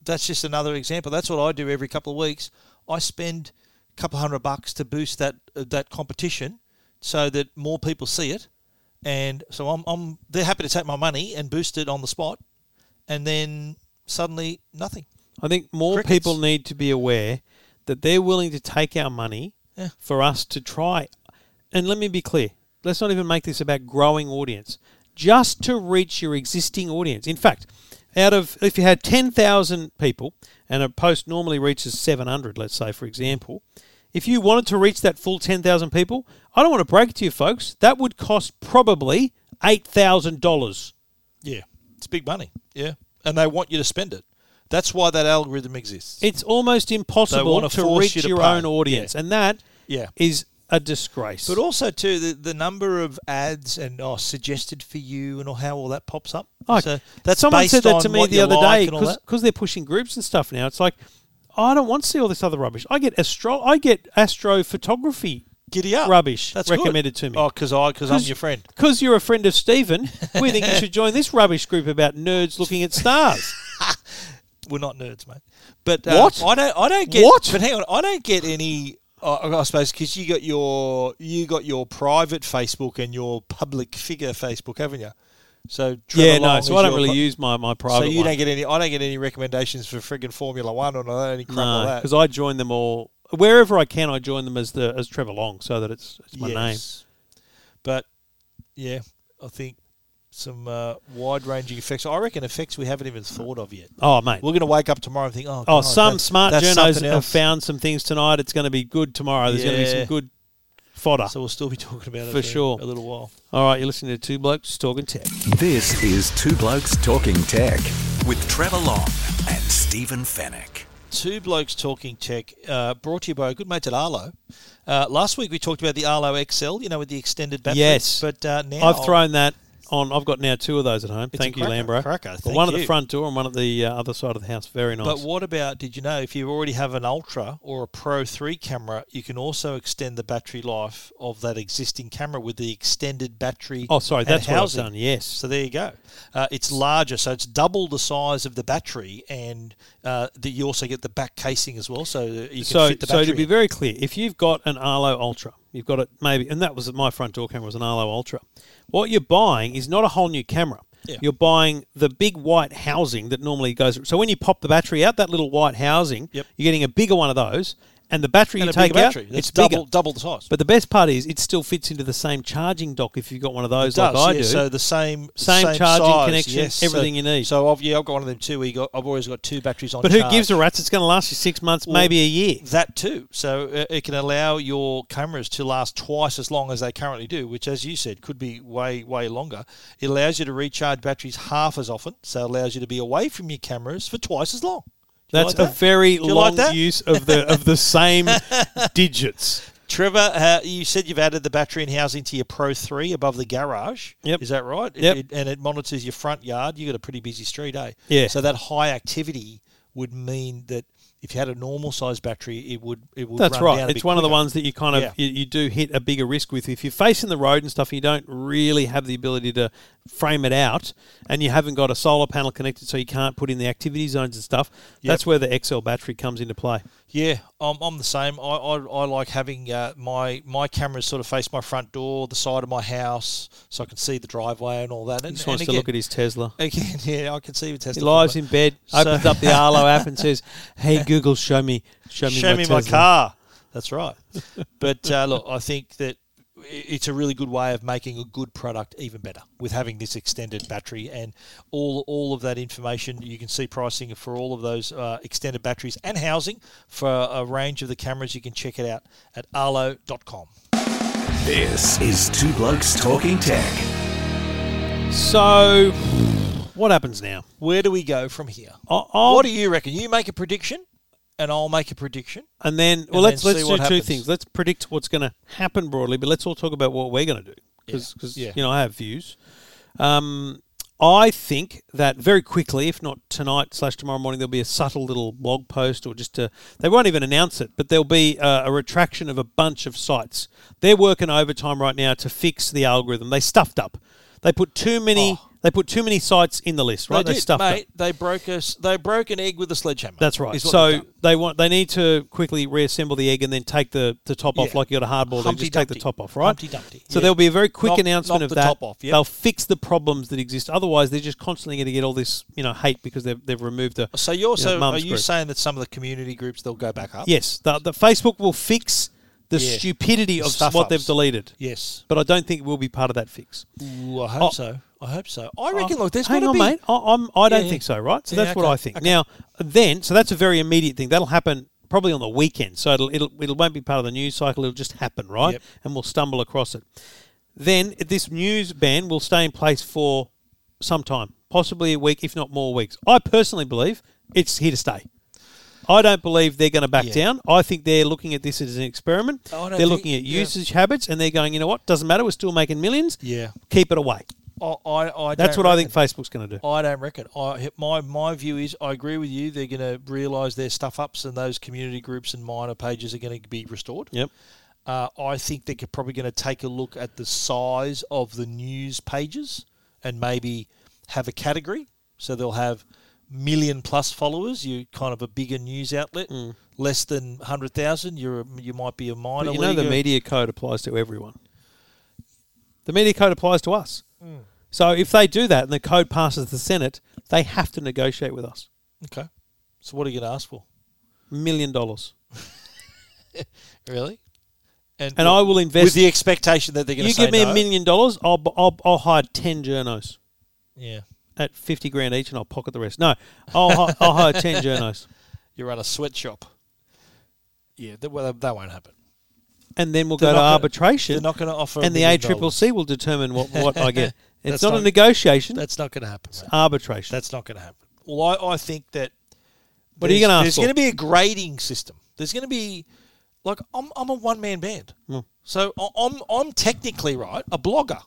Speaker 1: that's just another example. That's what I do every couple of weeks. I spend a couple hundred bucks to boost that uh, that competition so that more people see it, and so I'm, I'm they're happy to take my money and boost it on the spot, and then suddenly nothing.
Speaker 2: I think more
Speaker 1: Crickets.
Speaker 2: people need to be aware that they're willing to take our money
Speaker 1: Yeah.
Speaker 2: for us to try. And let me be clear let's not even make this about growing audience, just to reach your existing audience. In fact, out of if you had 10,000 people and a post normally reaches 700, let's say, for example, if you wanted to reach that full 10,000 people, I don't want to break it to you folks, that would cost probably $8,000.
Speaker 1: Yeah, it's big money. Yeah, and they want you to spend it. That's why that algorithm exists.
Speaker 2: It's almost impossible
Speaker 1: wanna
Speaker 2: to
Speaker 1: force
Speaker 2: reach
Speaker 1: you to
Speaker 2: your
Speaker 1: pay.
Speaker 2: own audience, and that
Speaker 1: Yeah.
Speaker 2: is a disgrace.
Speaker 1: But also too the, the number of ads and oh suggested for you and all how all that pops up.
Speaker 2: Like,
Speaker 1: so that's
Speaker 2: someone
Speaker 1: based
Speaker 2: said that
Speaker 1: on
Speaker 2: to me
Speaker 1: what
Speaker 2: the
Speaker 1: you
Speaker 2: other
Speaker 1: like
Speaker 2: day
Speaker 1: and all that.
Speaker 2: because they're pushing groups and stuff now. It's like I don't want to see all this other rubbish. I get astro, I get astrophotography
Speaker 1: Giddy up
Speaker 2: rubbish
Speaker 1: That's good.
Speaker 2: recommended to me.
Speaker 1: Oh, because I because I'm your friend.
Speaker 2: Because you're a friend of Stephen, we think you should join this rubbish group about nerds looking at stars.
Speaker 1: We're not nerds, mate. But uh,
Speaker 2: What?
Speaker 1: I don't I don't get
Speaker 2: What?
Speaker 1: But hang on, I don't get any. I I suppose because you got your you got your private Facebook and your public figure Facebook, haven't you? So Trevor
Speaker 2: yeah, no.
Speaker 1: Long
Speaker 2: So
Speaker 1: is
Speaker 2: I don't
Speaker 1: your
Speaker 2: really
Speaker 1: pri-
Speaker 2: use my my
Speaker 1: So
Speaker 2: private.
Speaker 1: you
Speaker 2: one.
Speaker 1: don't get any. I don't get any recommendations for friggin' Formula One or none of any crap
Speaker 2: No,
Speaker 1: like that.
Speaker 2: because I join them all wherever I can. I join them as the as Trevor Long, so that it's it's my name.
Speaker 1: But yeah, I think some uh, wide-ranging effects. I reckon effects we haven't even thought of yet.
Speaker 2: Oh mate,
Speaker 1: We're going to wake up tomorrow and think, oh,
Speaker 2: oh
Speaker 1: God,
Speaker 2: some
Speaker 1: that's-
Speaker 2: smart
Speaker 1: that's
Speaker 2: journos
Speaker 1: something
Speaker 2: have
Speaker 1: else.
Speaker 2: found some things tonight. It's going to be good tomorrow. There's going to be
Speaker 1: Yeah.
Speaker 2: some good fodder.
Speaker 1: So we'll still be talking about it
Speaker 2: For
Speaker 1: for
Speaker 2: sure.
Speaker 1: a little while.
Speaker 2: all right, you're listening to two blokes talking tech.
Speaker 3: This is Two Blokes Talking Tech with Trevor Long and Stephen Fennec.
Speaker 1: Two blokes talking tech, uh, brought to you by a good mate at Arlo. Uh, last week we talked about the Arlo XL, you know, with the extended battery.
Speaker 2: Yes.
Speaker 1: but uh, now
Speaker 2: I've thrown that on. I've got now two of those at home.
Speaker 5: It's
Speaker 2: Thank
Speaker 5: a
Speaker 2: you,
Speaker 5: cracker,
Speaker 2: Lambro.
Speaker 5: cracker.
Speaker 2: Got
Speaker 5: Thank
Speaker 2: one at the
Speaker 5: you.
Speaker 2: front door and one at the uh, other side of the house. Very nice.
Speaker 1: But what about did you know if you already have an Ultra or a Pro 3 camera, you can also extend the battery life of that existing camera with the extended battery.
Speaker 2: Oh, sorry,
Speaker 1: and
Speaker 2: that's what I've
Speaker 1: housing.
Speaker 2: done, yes.
Speaker 1: So there you go. Uh, it's larger, so it's double the size of the battery, and uh, the, you also get the back casing as well, so you can
Speaker 2: so,
Speaker 1: fit the
Speaker 2: so
Speaker 1: battery.
Speaker 2: to be very clear, if you've got an Arlo Ultra, you've got it maybe, and that was my front door camera was an Arlo Ultra. What you're buying is not a whole new camera.
Speaker 1: Yeah.
Speaker 2: You're buying the big white housing that normally goes. So when you pop the battery out, that little white housing,
Speaker 1: Yep.
Speaker 2: you're getting a bigger one of those, and the battery
Speaker 1: and
Speaker 2: you
Speaker 1: a
Speaker 2: take
Speaker 1: bigger
Speaker 2: out,
Speaker 1: battery. That's
Speaker 2: it's
Speaker 1: double,
Speaker 2: bigger.
Speaker 1: double the size.
Speaker 2: But the best part is, it still fits into the same charging dock if you've got one of those,
Speaker 1: does,
Speaker 2: like I
Speaker 1: yeah,
Speaker 2: do.
Speaker 1: So the same
Speaker 2: Same charging
Speaker 1: size,
Speaker 2: connection,
Speaker 1: yes.
Speaker 2: everything
Speaker 1: so,
Speaker 2: you need.
Speaker 1: So I've, yeah, I've got one of them too. Where you got, I've always got two batteries on.
Speaker 2: but who
Speaker 1: charge.
Speaker 2: gives a rat's? It's going to last you six months, maybe a year.
Speaker 1: That too. So uh, it can allow your cameras to last twice as long as they currently do, which, as you said, could be way, way longer. It allows you to recharge batteries half as often, so it allows you to be away from your cameras for twice as long. Do you
Speaker 2: That's
Speaker 1: like that?
Speaker 2: a very
Speaker 1: Do you
Speaker 2: long
Speaker 1: like that?
Speaker 2: use of the of the same digits.
Speaker 1: Trevor, uh, you said you've added the battery and housing to your Pro 3 above the garage.
Speaker 2: Yep.
Speaker 1: Is that right? It-
Speaker 2: Yep.
Speaker 1: it- and it monitors your front yard. You've got a pretty busy street, eh?
Speaker 2: Yeah.
Speaker 1: So that high activity would mean that if you had a normal size battery, it would it would
Speaker 2: That's
Speaker 1: run down
Speaker 2: right.
Speaker 1: a bit
Speaker 2: It's one of the
Speaker 1: quicker.
Speaker 2: ones that you kind of
Speaker 1: Yeah.
Speaker 2: you, you do hit a bigger risk with if you're facing the road and stuff. and You don't really have the ability to frame it out, and you haven't got a solar panel connected, so you can't put in the activity zones and stuff. That's where the XL battery comes into play.
Speaker 1: Yeah, I'm, I'm the same. I, I, I like having uh, my my cameras sort of face my front door, the side of my house, so I can see the driveway and all that. And,
Speaker 2: Just
Speaker 1: and
Speaker 2: wants to look at his Tesla.
Speaker 1: again, yeah, I can see the Tesla.
Speaker 2: He lies in bed,
Speaker 1: So-
Speaker 2: opens up the Arlo app, and says, "Hey Google, show me, show me,
Speaker 1: Show
Speaker 2: my
Speaker 1: me my
Speaker 2: Tesla."
Speaker 1: car. That's right. but uh, look, I think that i- it's a really good way of making a good product even better with having this extended battery and all all of that information. You can see pricing for all of those uh, extended batteries and housing for a range of the cameras. You can check it out at arlo.com.
Speaker 3: This is Two Blokes Talking Tech.
Speaker 2: So, what happens now?
Speaker 1: Where do we go from here?
Speaker 2: I- I'll-
Speaker 1: what do you reckon? You make a prediction, and I'll make a prediction.
Speaker 2: And then, well,
Speaker 1: then
Speaker 2: let's let's
Speaker 1: see
Speaker 2: do
Speaker 1: what
Speaker 2: two
Speaker 1: happens.
Speaker 2: things. Let's predict what's going to happen broadly, but let's all talk about what we're going to do because
Speaker 1: Yeah.
Speaker 2: you know I have views. Um, I think that very quickly, if not tonight slash tomorrow morning, there'll be a subtle little blog post or just a. They won't even announce it, but there'll be a, a retraction of a bunch of sites. They're working overtime right now to fix the algorithm. They stuffed up. They put too many. They put too many sites in the list, right?
Speaker 1: Oh. they did,
Speaker 2: stuffed up.
Speaker 1: mate. They broke us. They broke an egg with a sledgehammer.
Speaker 2: That's right.
Speaker 1: is what they've
Speaker 2: So
Speaker 1: done.
Speaker 2: they want they need to quickly reassemble the egg and then take the, the top off
Speaker 1: Yeah.
Speaker 2: like you got a hardball. They
Speaker 1: Humpty
Speaker 2: just take the
Speaker 1: Dumpty.
Speaker 2: top off, right?
Speaker 1: Humpty Dumpty,
Speaker 2: So
Speaker 1: yeah.
Speaker 2: there'll be a very quick
Speaker 1: Knock-
Speaker 2: announcement
Speaker 1: knock
Speaker 2: of
Speaker 1: the
Speaker 2: that.
Speaker 1: top off, yep.
Speaker 2: They'll fix the problems that exist. Otherwise, they're just constantly going to get all this you know hate because they've, they've removed the.
Speaker 1: So you're
Speaker 2: you know,
Speaker 1: so are
Speaker 2: mum's
Speaker 1: you
Speaker 2: group.
Speaker 1: saying that some of the community groups they'll go back up?
Speaker 2: yes, the, the Facebook will fix the
Speaker 1: Yeah.
Speaker 2: stupidity of
Speaker 1: Stuff
Speaker 2: what
Speaker 1: ups.
Speaker 2: they've deleted.
Speaker 1: Yes.
Speaker 2: But I don't think we'll be part of that fix.
Speaker 1: Ooh, I hope
Speaker 2: Oh.
Speaker 1: so. I hope so. I reckon.
Speaker 2: Oh,
Speaker 1: look, there's
Speaker 2: hang
Speaker 1: gotta
Speaker 2: on,
Speaker 1: be,
Speaker 2: mate. I, I'm, I don't
Speaker 1: yeah.
Speaker 2: think so, right? So
Speaker 1: Yeah,
Speaker 2: that's what
Speaker 1: okay,
Speaker 2: I think.
Speaker 1: okay.
Speaker 2: Now, then, so that's a very immediate thing. That'll happen probably on the weekend. So it'll, it'll, it won't be part of the news cycle. It'll just happen, right?
Speaker 1: Yep.
Speaker 2: And we'll stumble across it. Then this news ban will stay in place for some time, possibly a week, if not more weeks. I personally believe it's here to stay. I don't believe they're going to back
Speaker 1: Yeah. Oh,
Speaker 2: down. I think they're looking at this as an experiment.
Speaker 1: I don't
Speaker 2: They're
Speaker 1: think-
Speaker 2: looking at
Speaker 1: yeah.
Speaker 2: usage habits and they're going, you know what? Doesn't matter. We're still making millions.
Speaker 1: Yeah.
Speaker 2: Keep it away.
Speaker 1: I, I, I
Speaker 2: That's
Speaker 1: don't
Speaker 2: what I
Speaker 1: reckon.
Speaker 2: think Facebook's going to do.
Speaker 1: I don't reckon. I my my view is I agree with you. They're going to realise their stuff ups and those community groups and minor pages are going to be restored.
Speaker 2: Yep.
Speaker 1: Uh, I think they're probably going to take a look at the size of the news pages and maybe have a category. So they'll have million plus followers. You kind of a bigger news outlet.
Speaker 2: Hmm.
Speaker 1: Less than hundred thousand, you're a, you might be a minor.
Speaker 2: But you know the
Speaker 1: leaguer.
Speaker 2: media code applies to everyone. The media code applies to us.
Speaker 1: Hmm.
Speaker 2: So if they do that and the code passes the Senate, they have to negotiate with us.
Speaker 1: Okay. So what are you going to ask for?
Speaker 2: Million dollars.
Speaker 1: Really?
Speaker 2: And I will invest.
Speaker 1: with the expectation that they're going to
Speaker 2: you
Speaker 1: say
Speaker 2: give me
Speaker 1: no?
Speaker 2: a million dollars, I'll, bu- I'll, I'll hire 10 journos
Speaker 1: Yeah.
Speaker 2: at 50 grand each and I'll pocket the rest. No, I'll, hi- I'll hire 10 journos.
Speaker 1: you run a sweatshop. Yeah, that, well, that won't happen.
Speaker 2: And then we'll
Speaker 1: They're
Speaker 2: go to
Speaker 1: not gonna-
Speaker 2: arbitration.
Speaker 1: They're not going to offer.
Speaker 2: and the
Speaker 1: a triple
Speaker 2: ACCC will determine what, what I get. It's
Speaker 1: That's
Speaker 2: not, a
Speaker 1: not-
Speaker 2: negotiation,
Speaker 1: That's not going to happen. mate.
Speaker 2: arbitration.
Speaker 1: That's not going to happen. Well, I, I think that.
Speaker 2: What are you
Speaker 1: there's-
Speaker 2: gonna ask
Speaker 1: There's
Speaker 2: for?
Speaker 1: going to be a grading system. There's going to be, like, I'm
Speaker 2: Hmm.
Speaker 1: I'm a one man band. So I- I'm I'm technically right a blogger.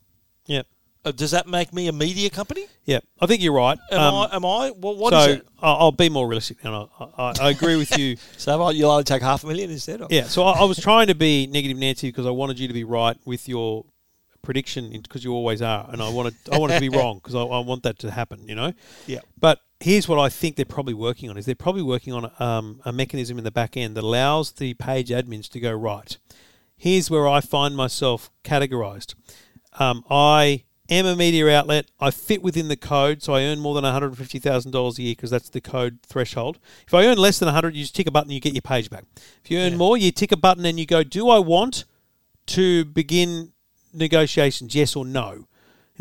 Speaker 2: yeah.
Speaker 1: Uh, does that make me a media company?
Speaker 2: Yeah, I think you're right.
Speaker 1: Am
Speaker 2: Um,
Speaker 1: I? Am I? Well, Uh, what
Speaker 2: so
Speaker 1: is it?
Speaker 2: I- I'll be more realistic, and I, I, I agree with you.
Speaker 1: So I- you'll only take half a million instead. Of?
Speaker 2: Yeah, so I, I was trying to be negative Nancy because I wanted you to be right with your prediction because you always are, and I wanted I wanted to be wrong because I, I want that to happen. You know.
Speaker 1: Yeah.
Speaker 2: But here's what I think they're probably working on: is they're probably working on um, a mechanism in the back end that allows the page admins to go right. Here's where I find myself categorized. Um, I am a media outlet. I fit within the code, so I earn more than one hundred fifty thousand dollars a year because that's the code threshold. If I earn less than one hundred, you just tick a button, you get your page back. If you earn more, you tick a button and you go, "Do I want to begin negotiations? Yes or no?" And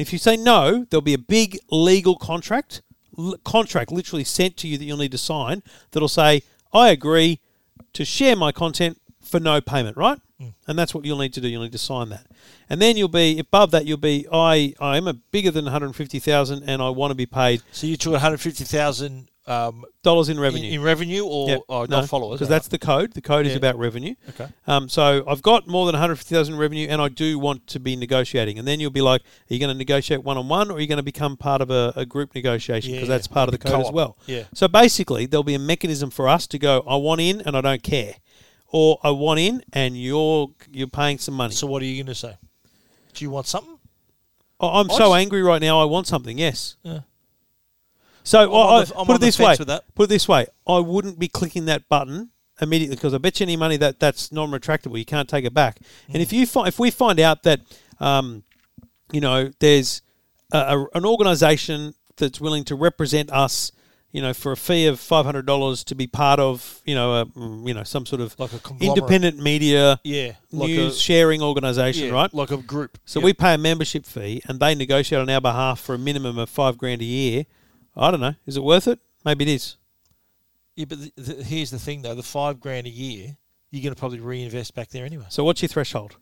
Speaker 2: if you say no, there'll be a big legal contract, l- contract literally sent to you that you'll need to sign that'll say, I agree to share my content for no payment, right?
Speaker 1: Hmm.
Speaker 2: And that's what you'll need to do. You'll need to sign that. And then you'll be, above that, you'll be, I, I am a bigger than 150,000 and I want to be paid
Speaker 1: So you took 150,000 um,
Speaker 2: dollars in
Speaker 1: in,
Speaker 2: revenue.
Speaker 1: in revenue or, or not followers?
Speaker 2: Because that's the code. The code is
Speaker 1: Yeah.
Speaker 2: about revenue.
Speaker 1: Okay.
Speaker 2: Um, so I've got more than 150,000 revenue and I do want to be negotiating. And then you'll be like, are you going to negotiate one on one or are you going to become part of a, a group negotiation?
Speaker 1: Yeah,
Speaker 2: Because
Speaker 1: yeah.
Speaker 2: that's part of the
Speaker 1: Like a
Speaker 2: code as
Speaker 1: co-op.
Speaker 2: well.
Speaker 1: Yeah.
Speaker 2: So basically, there'll be a mechanism for us to go, I want in and I don't care. Or I want in and you're you're paying some money.
Speaker 1: So what are you going to say? Do you want something?
Speaker 2: I- I'm
Speaker 1: I
Speaker 2: so
Speaker 1: just-
Speaker 2: angry right now. I want something. Yes. So I,
Speaker 1: on
Speaker 2: I-
Speaker 1: the- I'm
Speaker 2: put
Speaker 1: on
Speaker 2: it
Speaker 1: the
Speaker 2: this way.
Speaker 1: fence with that.
Speaker 2: Put it this way. I wouldn't be clicking that button immediately because I bet you any money that that's non-retractable. You can't take it back. And
Speaker 1: Mm.
Speaker 2: if you find, if we find out that, um, you know, there's a, a, an organisation that's willing to represent us. You know, for a fee of five hundred dollars to be part of, you know, a, mm, you know, some sort of
Speaker 1: Like a conglomerate.
Speaker 2: independent media,
Speaker 1: Yeah, like a-
Speaker 2: news sharing organisation,
Speaker 1: Yeah,
Speaker 2: right?
Speaker 1: Like a group.
Speaker 2: So
Speaker 1: Yep.
Speaker 2: we pay a membership fee and they negotiate on our behalf for a minimum of five grand a year. I don't know. Is it worth it? Maybe it is.
Speaker 1: Yeah, but the, the, here's the thing though: the five grand a year, you're going to probably reinvest back there anyway.
Speaker 2: So what's your threshold?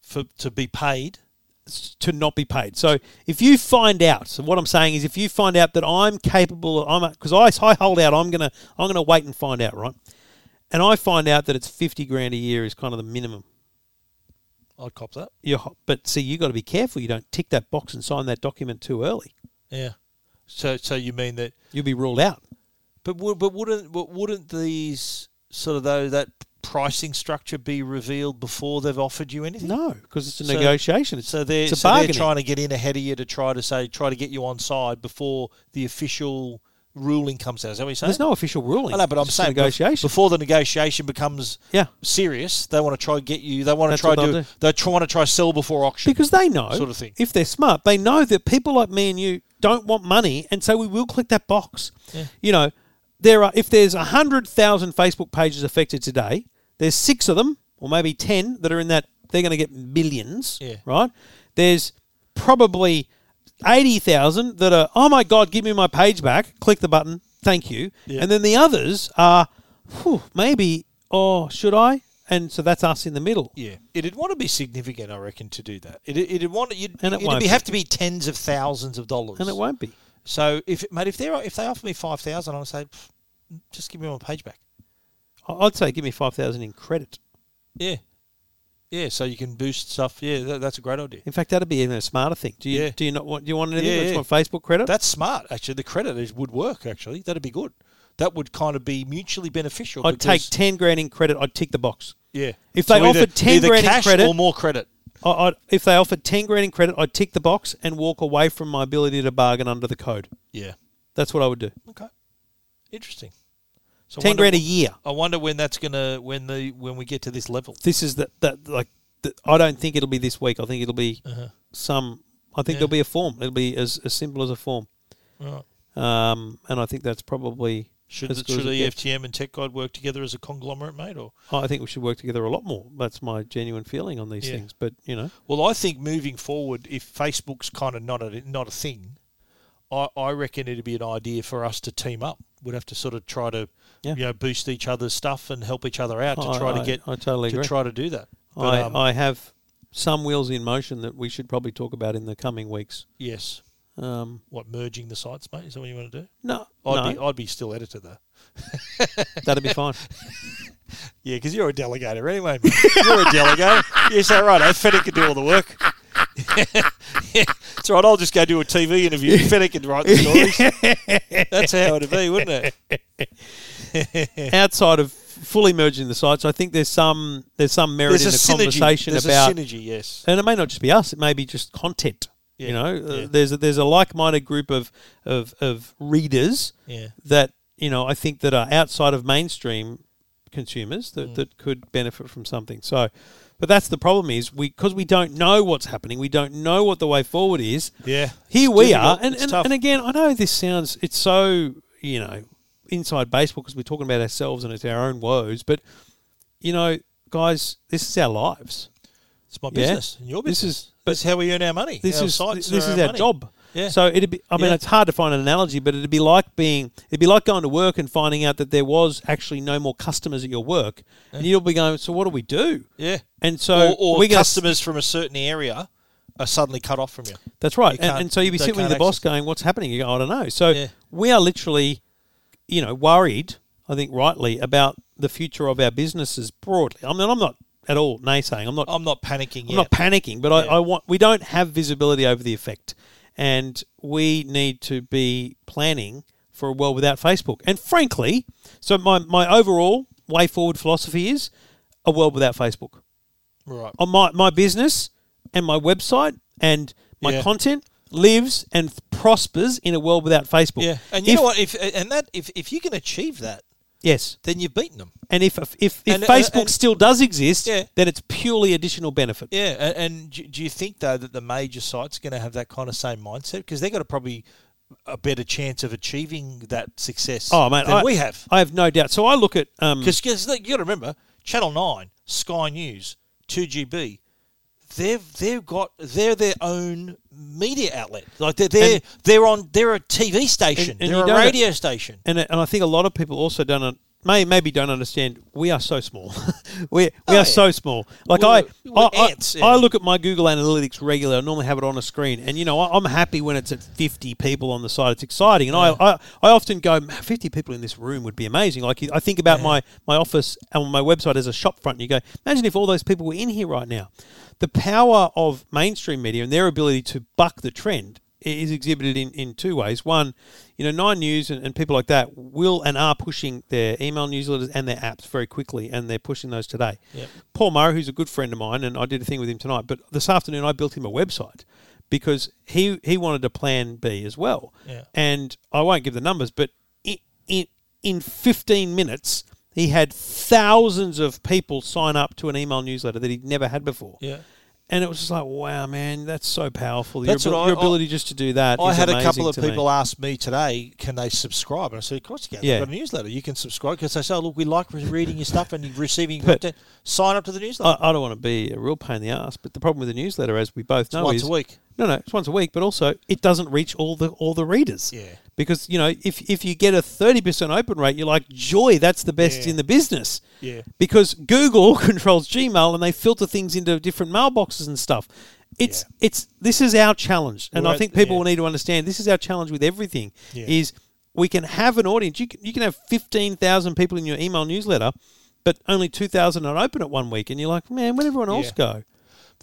Speaker 1: For to be paid,
Speaker 2: S- To not be paid. So if you find out, so what I'm saying is, if you find out that I'm capable, I'm because I, I hold out, I'm gonna I'm gonna wait and find out, right? And I find out that it's fifty grand a year is kind of the minimum.
Speaker 1: I'd cop that.
Speaker 2: You're, ho- but see, you got to be careful. You don't tick that box and sign that document too early.
Speaker 1: Yeah. So so you mean that?
Speaker 2: You'll be ruled out.
Speaker 1: But would, but wouldn't but wouldn't these sort of though that pricing structure be revealed before they've offered you anything?
Speaker 2: No, because it's a
Speaker 1: So-
Speaker 2: negotiation. It's,
Speaker 1: So they're,
Speaker 2: it's a
Speaker 1: so they're
Speaker 2: bargaining.
Speaker 1: trying to get in ahead of you to try to say try to get you on side before the official ruling comes out. Is that what you're saying?
Speaker 2: There's no official ruling.
Speaker 1: I know, but I'm
Speaker 2: It's just a
Speaker 1: saying bef-
Speaker 2: negotiation.
Speaker 1: before the negotiation becomes
Speaker 2: Yeah.
Speaker 1: serious, they want to try and get you. They want to
Speaker 2: That's
Speaker 1: try
Speaker 2: what
Speaker 1: to do.
Speaker 2: they'll do.
Speaker 1: They try, want to try sell before auction.
Speaker 2: because they know
Speaker 1: Sort of thing.
Speaker 2: If they're smart, they know that people like me and you don't want money, and so we will click that box. You know, there are if there's hundred thousand Facebook pages affected today, there's six of them, or maybe ten that are in that. They're going to get billions,
Speaker 1: Yeah.
Speaker 2: right? There's probably eighty thousand that are. Oh my God, give me my page back! Click the button. Thank you. And then the others are, whew, maybe. Oh, should I? And so that's us in the middle.
Speaker 1: yeah, it'd want to be significant, I reckon, to do that. It, it'd want you'd,
Speaker 2: And it
Speaker 1: it'd
Speaker 2: won't
Speaker 1: be,
Speaker 2: be.
Speaker 1: have to be tens of thousands of dollars.
Speaker 2: And it won't be.
Speaker 1: So if mate, if they if they offer me five thousand, I'll say, "Pff, just give me my page back.
Speaker 2: I- I'd say give me five thousand in credit.
Speaker 1: Yeah, yeah. So you can boost stuff. Yeah, that, that's a great idea.
Speaker 2: In fact, that'd be even a smarter thing. Do you
Speaker 1: Yeah.
Speaker 2: do you not want do you want anything?
Speaker 1: Yeah,
Speaker 2: Do you
Speaker 1: yeah.
Speaker 2: want Facebook credit?
Speaker 1: That's smart. Actually, the credit is, would work. Actually, that'd be good. That would kind of be mutually beneficial.
Speaker 2: I'd take
Speaker 1: because-
Speaker 2: ten grand in credit. I'd tick the box.
Speaker 1: yeah.
Speaker 2: if they
Speaker 1: either-
Speaker 2: offered 10
Speaker 1: either
Speaker 2: grand in
Speaker 1: cash
Speaker 2: credit-
Speaker 1: or more credit.
Speaker 2: I, I'd, if they offered ten grand in credit, I'd tick the box and walk away from my ability to bargain under the code.
Speaker 1: Yeah.
Speaker 2: That's what I would do.
Speaker 1: Okay. Interesting. So I
Speaker 2: Ten
Speaker 1: wonder-
Speaker 2: grand a year.
Speaker 1: I wonder when that's gonna when the when we get to this level.
Speaker 2: This is that that like the, I don't think it'll be this week. I think it'll be some. I
Speaker 1: Uh-huh. Yeah.
Speaker 2: think there'll be a form. It'll be as, as simple as a form.
Speaker 1: Right.
Speaker 2: Um, and I think that's probably
Speaker 1: Should
Speaker 2: as
Speaker 1: the,
Speaker 2: good as
Speaker 1: should E
Speaker 2: it gets.
Speaker 1: EFTM and Tech Guide work together as a conglomerate, mate? Or
Speaker 2: I think we should work together a lot more. That's my genuine feeling on these
Speaker 1: Yeah.
Speaker 2: things. But you know,
Speaker 1: well, I think moving forward, if Facebook's kind of not a not a thing, I, I reckon it'd be an idea for us to team up. We'd have to sort of try to
Speaker 2: Yeah.
Speaker 1: you know boost each other's stuff and help each other out
Speaker 2: I-
Speaker 1: to try
Speaker 2: I-
Speaker 1: to get
Speaker 2: I totally
Speaker 1: to
Speaker 2: agree.
Speaker 1: try to do that. But,
Speaker 2: I,
Speaker 1: um,
Speaker 2: I have some wheels in motion that we should probably talk about in the coming weeks.
Speaker 1: yes,
Speaker 2: Um,
Speaker 1: what merging the sites, mate? Is that what you want to do?
Speaker 2: no,
Speaker 1: I'd
Speaker 2: no
Speaker 1: be I'd be still editor though.
Speaker 2: that'd be fine.
Speaker 1: Yeah, because you're a delegator eh, anyway. mate. you're a delegator. Yes, that right. I Fennec can do all the work. That's right. I'll just go do a TV interview. Fennec can write the stories. That's how it'd be, wouldn't it?
Speaker 2: outside of fully merging the sites, I think there's some there's some merit
Speaker 1: There's a
Speaker 2: in the
Speaker 1: synergy.
Speaker 2: conversation
Speaker 1: There's
Speaker 2: about
Speaker 1: a synergy. Yes.
Speaker 2: and it may not just be us; it may be just content. You
Speaker 1: Yeah,
Speaker 2: know, Uh,
Speaker 1: yeah.
Speaker 2: there's a, there's a like-minded group of of of readers
Speaker 1: Yeah.
Speaker 2: that you know I think that are outside of mainstream consumers
Speaker 1: Mm.
Speaker 2: that, that could benefit from something. So, but that's the problem is we because we don't know what's happening, we don't know what the way forward is.
Speaker 1: Yeah.
Speaker 2: Here
Speaker 1: It's
Speaker 2: we
Speaker 1: difficult.
Speaker 2: are, and
Speaker 1: It's
Speaker 2: and,
Speaker 1: tough.
Speaker 2: and again, I know this sounds it's so you know inside baseball because we're talking about ourselves and it's our own woes, but you know, guys, this is our lives.
Speaker 1: It's my
Speaker 2: Yeah.
Speaker 1: business and your
Speaker 2: This is-
Speaker 1: business. this is how we earn our money.
Speaker 2: This
Speaker 1: our
Speaker 2: is
Speaker 1: sites
Speaker 2: this
Speaker 1: are
Speaker 2: is
Speaker 1: our,
Speaker 2: our
Speaker 1: money.
Speaker 2: job.
Speaker 1: Yeah.
Speaker 2: So it'd be. I mean,
Speaker 1: Yeah.
Speaker 2: it's hard to find an analogy, but it'd be like being. It'd be like going to work and finding out that there was actually no more customers at your work, and you'll be going. So what do we do?
Speaker 1: Yeah.
Speaker 2: And so
Speaker 1: or, or
Speaker 2: we
Speaker 1: customers from a certain area are suddenly cut off from you.
Speaker 2: That's right. And,
Speaker 1: can't-
Speaker 2: and so you'd be
Speaker 1: they
Speaker 2: sitting with
Speaker 1: can't
Speaker 2: the boss
Speaker 1: access-
Speaker 2: going, "What's happening?" You go, "I don't know." So
Speaker 1: Yeah.
Speaker 2: we are literally, you know, worried. I think rightly about the future of our businesses broadly. I mean, I'm not at all naysaying. I'm not.
Speaker 1: I'm not panicking yet.
Speaker 2: I'm not panicking, but I, I want we don't have visibility over the effect, and we need to be planning for a world without Facebook. And frankly, so my my overall way forward philosophy is a world without Facebook
Speaker 1: right.
Speaker 2: on my, my business and my website and my
Speaker 1: Yeah.
Speaker 2: content lives and th- prospers in a world without Facebook.
Speaker 1: Yeah. And you
Speaker 2: If-
Speaker 1: know what? If and that if, if you can achieve that,
Speaker 2: Yes.
Speaker 1: then you've beaten them.
Speaker 2: And if if, if
Speaker 1: And- and-
Speaker 2: Facebook
Speaker 1: and-
Speaker 2: still does exist,
Speaker 1: Yeah.
Speaker 2: then it's purely additional benefit.
Speaker 1: Yeah, and, and do do you think though that the major sites are going to have that kind of same mindset because they've got to probably a better chance of achieving that success
Speaker 2: Oh man,
Speaker 1: than
Speaker 2: I,
Speaker 1: we have?
Speaker 2: I have no doubt. So I look at um,
Speaker 1: Because you got to remember, Channel Nine, Sky News, Two GB, they've they've got they're their own media outlet. Like they're they're,
Speaker 2: And-
Speaker 1: they're on they're a TV station,
Speaker 2: and you
Speaker 1: they're
Speaker 2: don't-
Speaker 1: a radio station.
Speaker 2: and and I think a lot of people also don't un- may maybe don't understand. We are so small. we we
Speaker 1: Oh,
Speaker 2: are
Speaker 1: yeah.
Speaker 2: so small. Like
Speaker 1: We're-
Speaker 2: I,
Speaker 1: we're
Speaker 2: I, I-
Speaker 1: ants,
Speaker 2: I
Speaker 1: yeah.
Speaker 2: look at my Google Analytics regularly. I normally have it on a screen, and you know I, I'm happy when it's at 50 people on the site. It's exciting, and I, I I often go, "Man, 50 people in this room would be amazing. Like I think about my my office and my website as a shop front. And you go, imagine if all those people were in here right now. The power of mainstream media and their ability to buck the trend is exhibited in, in two ways. One, you know, Nine News and, and people like that will and are pushing their email newsletters and their apps very quickly, and they're pushing those today. Paul Murray, who's a good friend of mine, and I did a thing with him tonight, but this afternoon I built him a website because he, he wanted a plan B as well.
Speaker 1: Yeah.
Speaker 2: And I won't give the numbers, but in, in, in 15 minutes, he had thousands of people sign up to an email newsletter that he'd never had before.
Speaker 1: Yeah.
Speaker 2: And it was just like, wow, man, that's so powerful.
Speaker 1: That's
Speaker 2: your,
Speaker 1: what
Speaker 2: abil-
Speaker 1: I-
Speaker 2: your ability just to do that.
Speaker 1: I
Speaker 2: is
Speaker 1: had a
Speaker 2: amazing
Speaker 1: couple of
Speaker 2: to me.
Speaker 1: people ask me today, can they subscribe? And I said, of course you can.
Speaker 2: Yeah.
Speaker 1: We've got a newsletter. You can subscribe because they say, oh, look, we like re- reading your stuff and receiving
Speaker 2: But-
Speaker 1: content. Sign up to the newsletter.
Speaker 2: I, I don't want to be a real pain in the ass, but the problem with the newsletter, as we both know,
Speaker 1: once
Speaker 2: is
Speaker 1: a week.
Speaker 2: No, no, it's once a week, but also it doesn't reach all the all the readers.
Speaker 1: Yeah.
Speaker 2: Because you know, if if you get a thirty percent open rate, you're like, joy, that's the best
Speaker 1: Yeah.
Speaker 2: in the business.
Speaker 1: Yeah.
Speaker 2: Because Google controls Gmail and they filter things into different mailboxes and stuff. It's it's this is our challenge, and
Speaker 1: We're
Speaker 2: I
Speaker 1: at-
Speaker 2: think people
Speaker 1: yeah.
Speaker 2: will need to understand this is our challenge with everything.
Speaker 1: Yeah.
Speaker 2: Is we can have an audience. You can, you can have fifteen thousand people in your email newsletter, but only two thousand are open it one week, and you're like, man, where'd everyone else
Speaker 1: Yeah.
Speaker 2: go?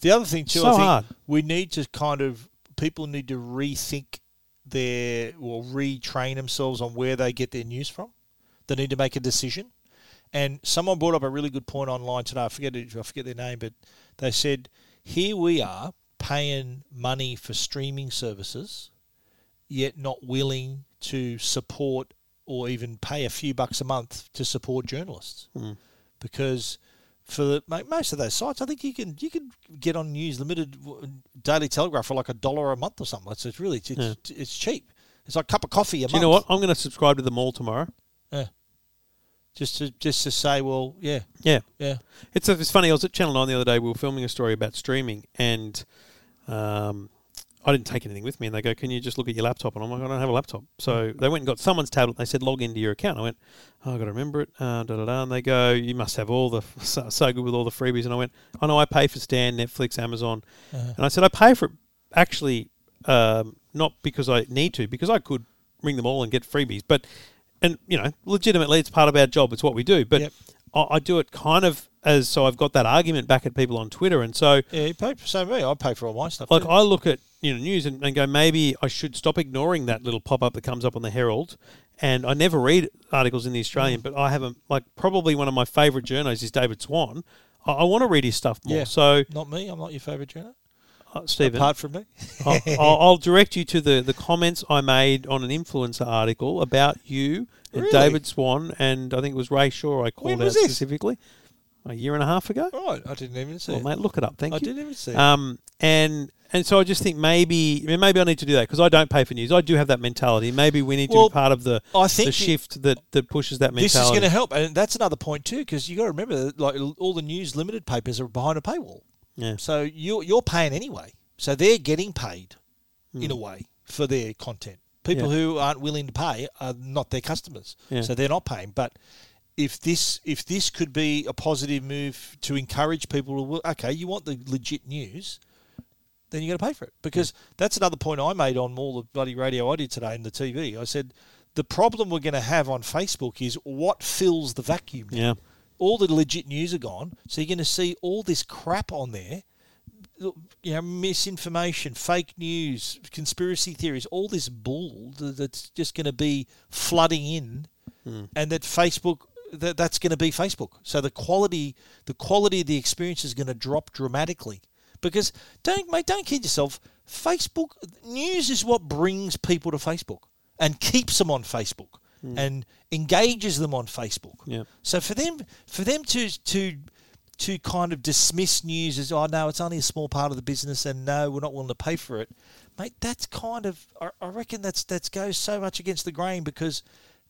Speaker 1: The other thing too,
Speaker 2: Oh. So
Speaker 1: I think
Speaker 2: hard.
Speaker 1: we need to kind of people need to rethink their or retrain themselves on where they get their news from. They need to make a decision. And someone brought up a really good point online today. I forget it, I forget their name, but they said, "Here we are paying money for streaming services, yet not willing to support or even pay a few bucks a month to support journalists."
Speaker 2: Hmm.
Speaker 1: because for the, mo- most of those sites, I think you can you can get on News Limited, w- Daily Telegraph for like a dollar a month or something. It's, it's really it's, it's, it's cheap. It's like a cup of coffee a
Speaker 2: Do
Speaker 1: month.
Speaker 2: you know what? I'm going to subscribe to them all tomorrow.
Speaker 1: Yeah. Just to just to say, well, yeah,
Speaker 2: Yeah.
Speaker 1: yeah,
Speaker 2: It's, it's funny. I was at Channel 9 the other day. We were filming a story about streaming, and um, I didn't take anything with me. And they go, Can you just look at your laptop? And I'm like, I don't have a laptop. So they went and got someone's tablet. They said, Log into your account. I went, oh, i got to remember it. Uh, da, da, da. And they go, You must have all the, so, so good with all the freebies. And I went, I know I pay for Stan, Netflix, Amazon. And I said, I pay for it actually um, not because I need to, because I could ring them all and get freebies. But, and, you know, legitimately, it's part of our job. It's what we do. But
Speaker 1: Yep.
Speaker 2: I, I do it kind of as so I've got that argument back at people on Twitter, and so
Speaker 1: Yeah, you pay, so me, I pay for all my stuff.
Speaker 2: like
Speaker 1: too.
Speaker 2: I look at you know news and, and go maybe I should stop ignoring that little pop up that comes up on the Herald, and I never read articles in the
Speaker 1: Mm.
Speaker 2: Australian, but I haven't like probably one of my favourite journos is David Swan. I, I want to read his stuff more.
Speaker 1: Yeah.
Speaker 2: So
Speaker 1: not me. I'm not your favourite journal.
Speaker 2: uh, Stephen,
Speaker 1: Apart from me,
Speaker 2: I'll, I'll I'll direct you to the, the comments I made on an influencer article about you and
Speaker 1: Really?
Speaker 2: David Swan, and I think it was Ray Shaw I called out
Speaker 1: was this?
Speaker 2: specifically a year and a half ago.
Speaker 1: right? I didn't even see.
Speaker 2: Well,
Speaker 1: it.
Speaker 2: mate, look it up. Thank
Speaker 1: I
Speaker 2: you.
Speaker 1: didn't even see it.
Speaker 2: Um, and and so I just think maybe I mean, maybe I need to do that because I don't pay for news. I do have that mentality. Maybe we need
Speaker 1: Well,
Speaker 2: to be part of the
Speaker 1: I think
Speaker 2: the
Speaker 1: you-
Speaker 2: shift that, that pushes that mentality.
Speaker 1: This is going to help, and that's another point too, because you got to remember, that, like l- all the news limited papers are behind a paywall,
Speaker 2: yeah.
Speaker 1: so you're you're paying anyway. So they're getting paid, in a way, for their content. People
Speaker 2: Hmm. Yeah.
Speaker 1: who aren't willing to pay are not their customers,
Speaker 2: Yeah.
Speaker 1: so they're not paying. But if this if this could be a positive move to encourage people to wo- okay, you want the legit news, then you got to pay for it. Because that's another point I made on all the bloody radio I did today and the TV. I said the problem we're going to have on Facebook is what fills the vacuum. now.
Speaker 2: Yeah.
Speaker 1: All the legit news are gone, so you're going to see all this crap on there. You know, misinformation, fake news, conspiracy theories, all this bull th- that's just going to be flooding in, and that Facebook that that's going to be Facebook. So the quality, the quality of the experience is going to drop dramatically because don't mate, don't kid yourself. Facebook news is what brings people to Facebook and keeps them on Facebook and engages them on Facebook.
Speaker 2: Yeah.
Speaker 1: So for them, for them to to to kind of dismiss news as oh no, it's only a small part of the business, and no, we're not willing to pay for it, mate. That's kind of I, I reckon that's that goes so much against the grain because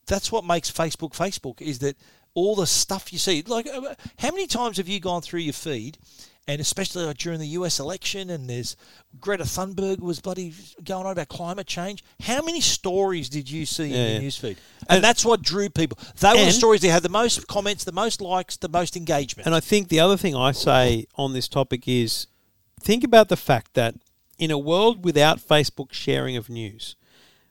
Speaker 1: that's what makes Facebook Facebook is that all the stuff you see. Like, uh, how many times have you gone through your feed? And especially like during the U.S. election, and there's Greta Thunberg was bloody going on about climate change. How many stories did you see
Speaker 2: Yeah,
Speaker 1: in
Speaker 2: yeah.
Speaker 1: your newsfeed? And, that's what drew people. They were the
Speaker 2: And-
Speaker 1: stories that had the most comments, the most likes, the most engagement.
Speaker 2: And I think the other thing I say on this topic is think about the fact that in a world without Facebook sharing of news,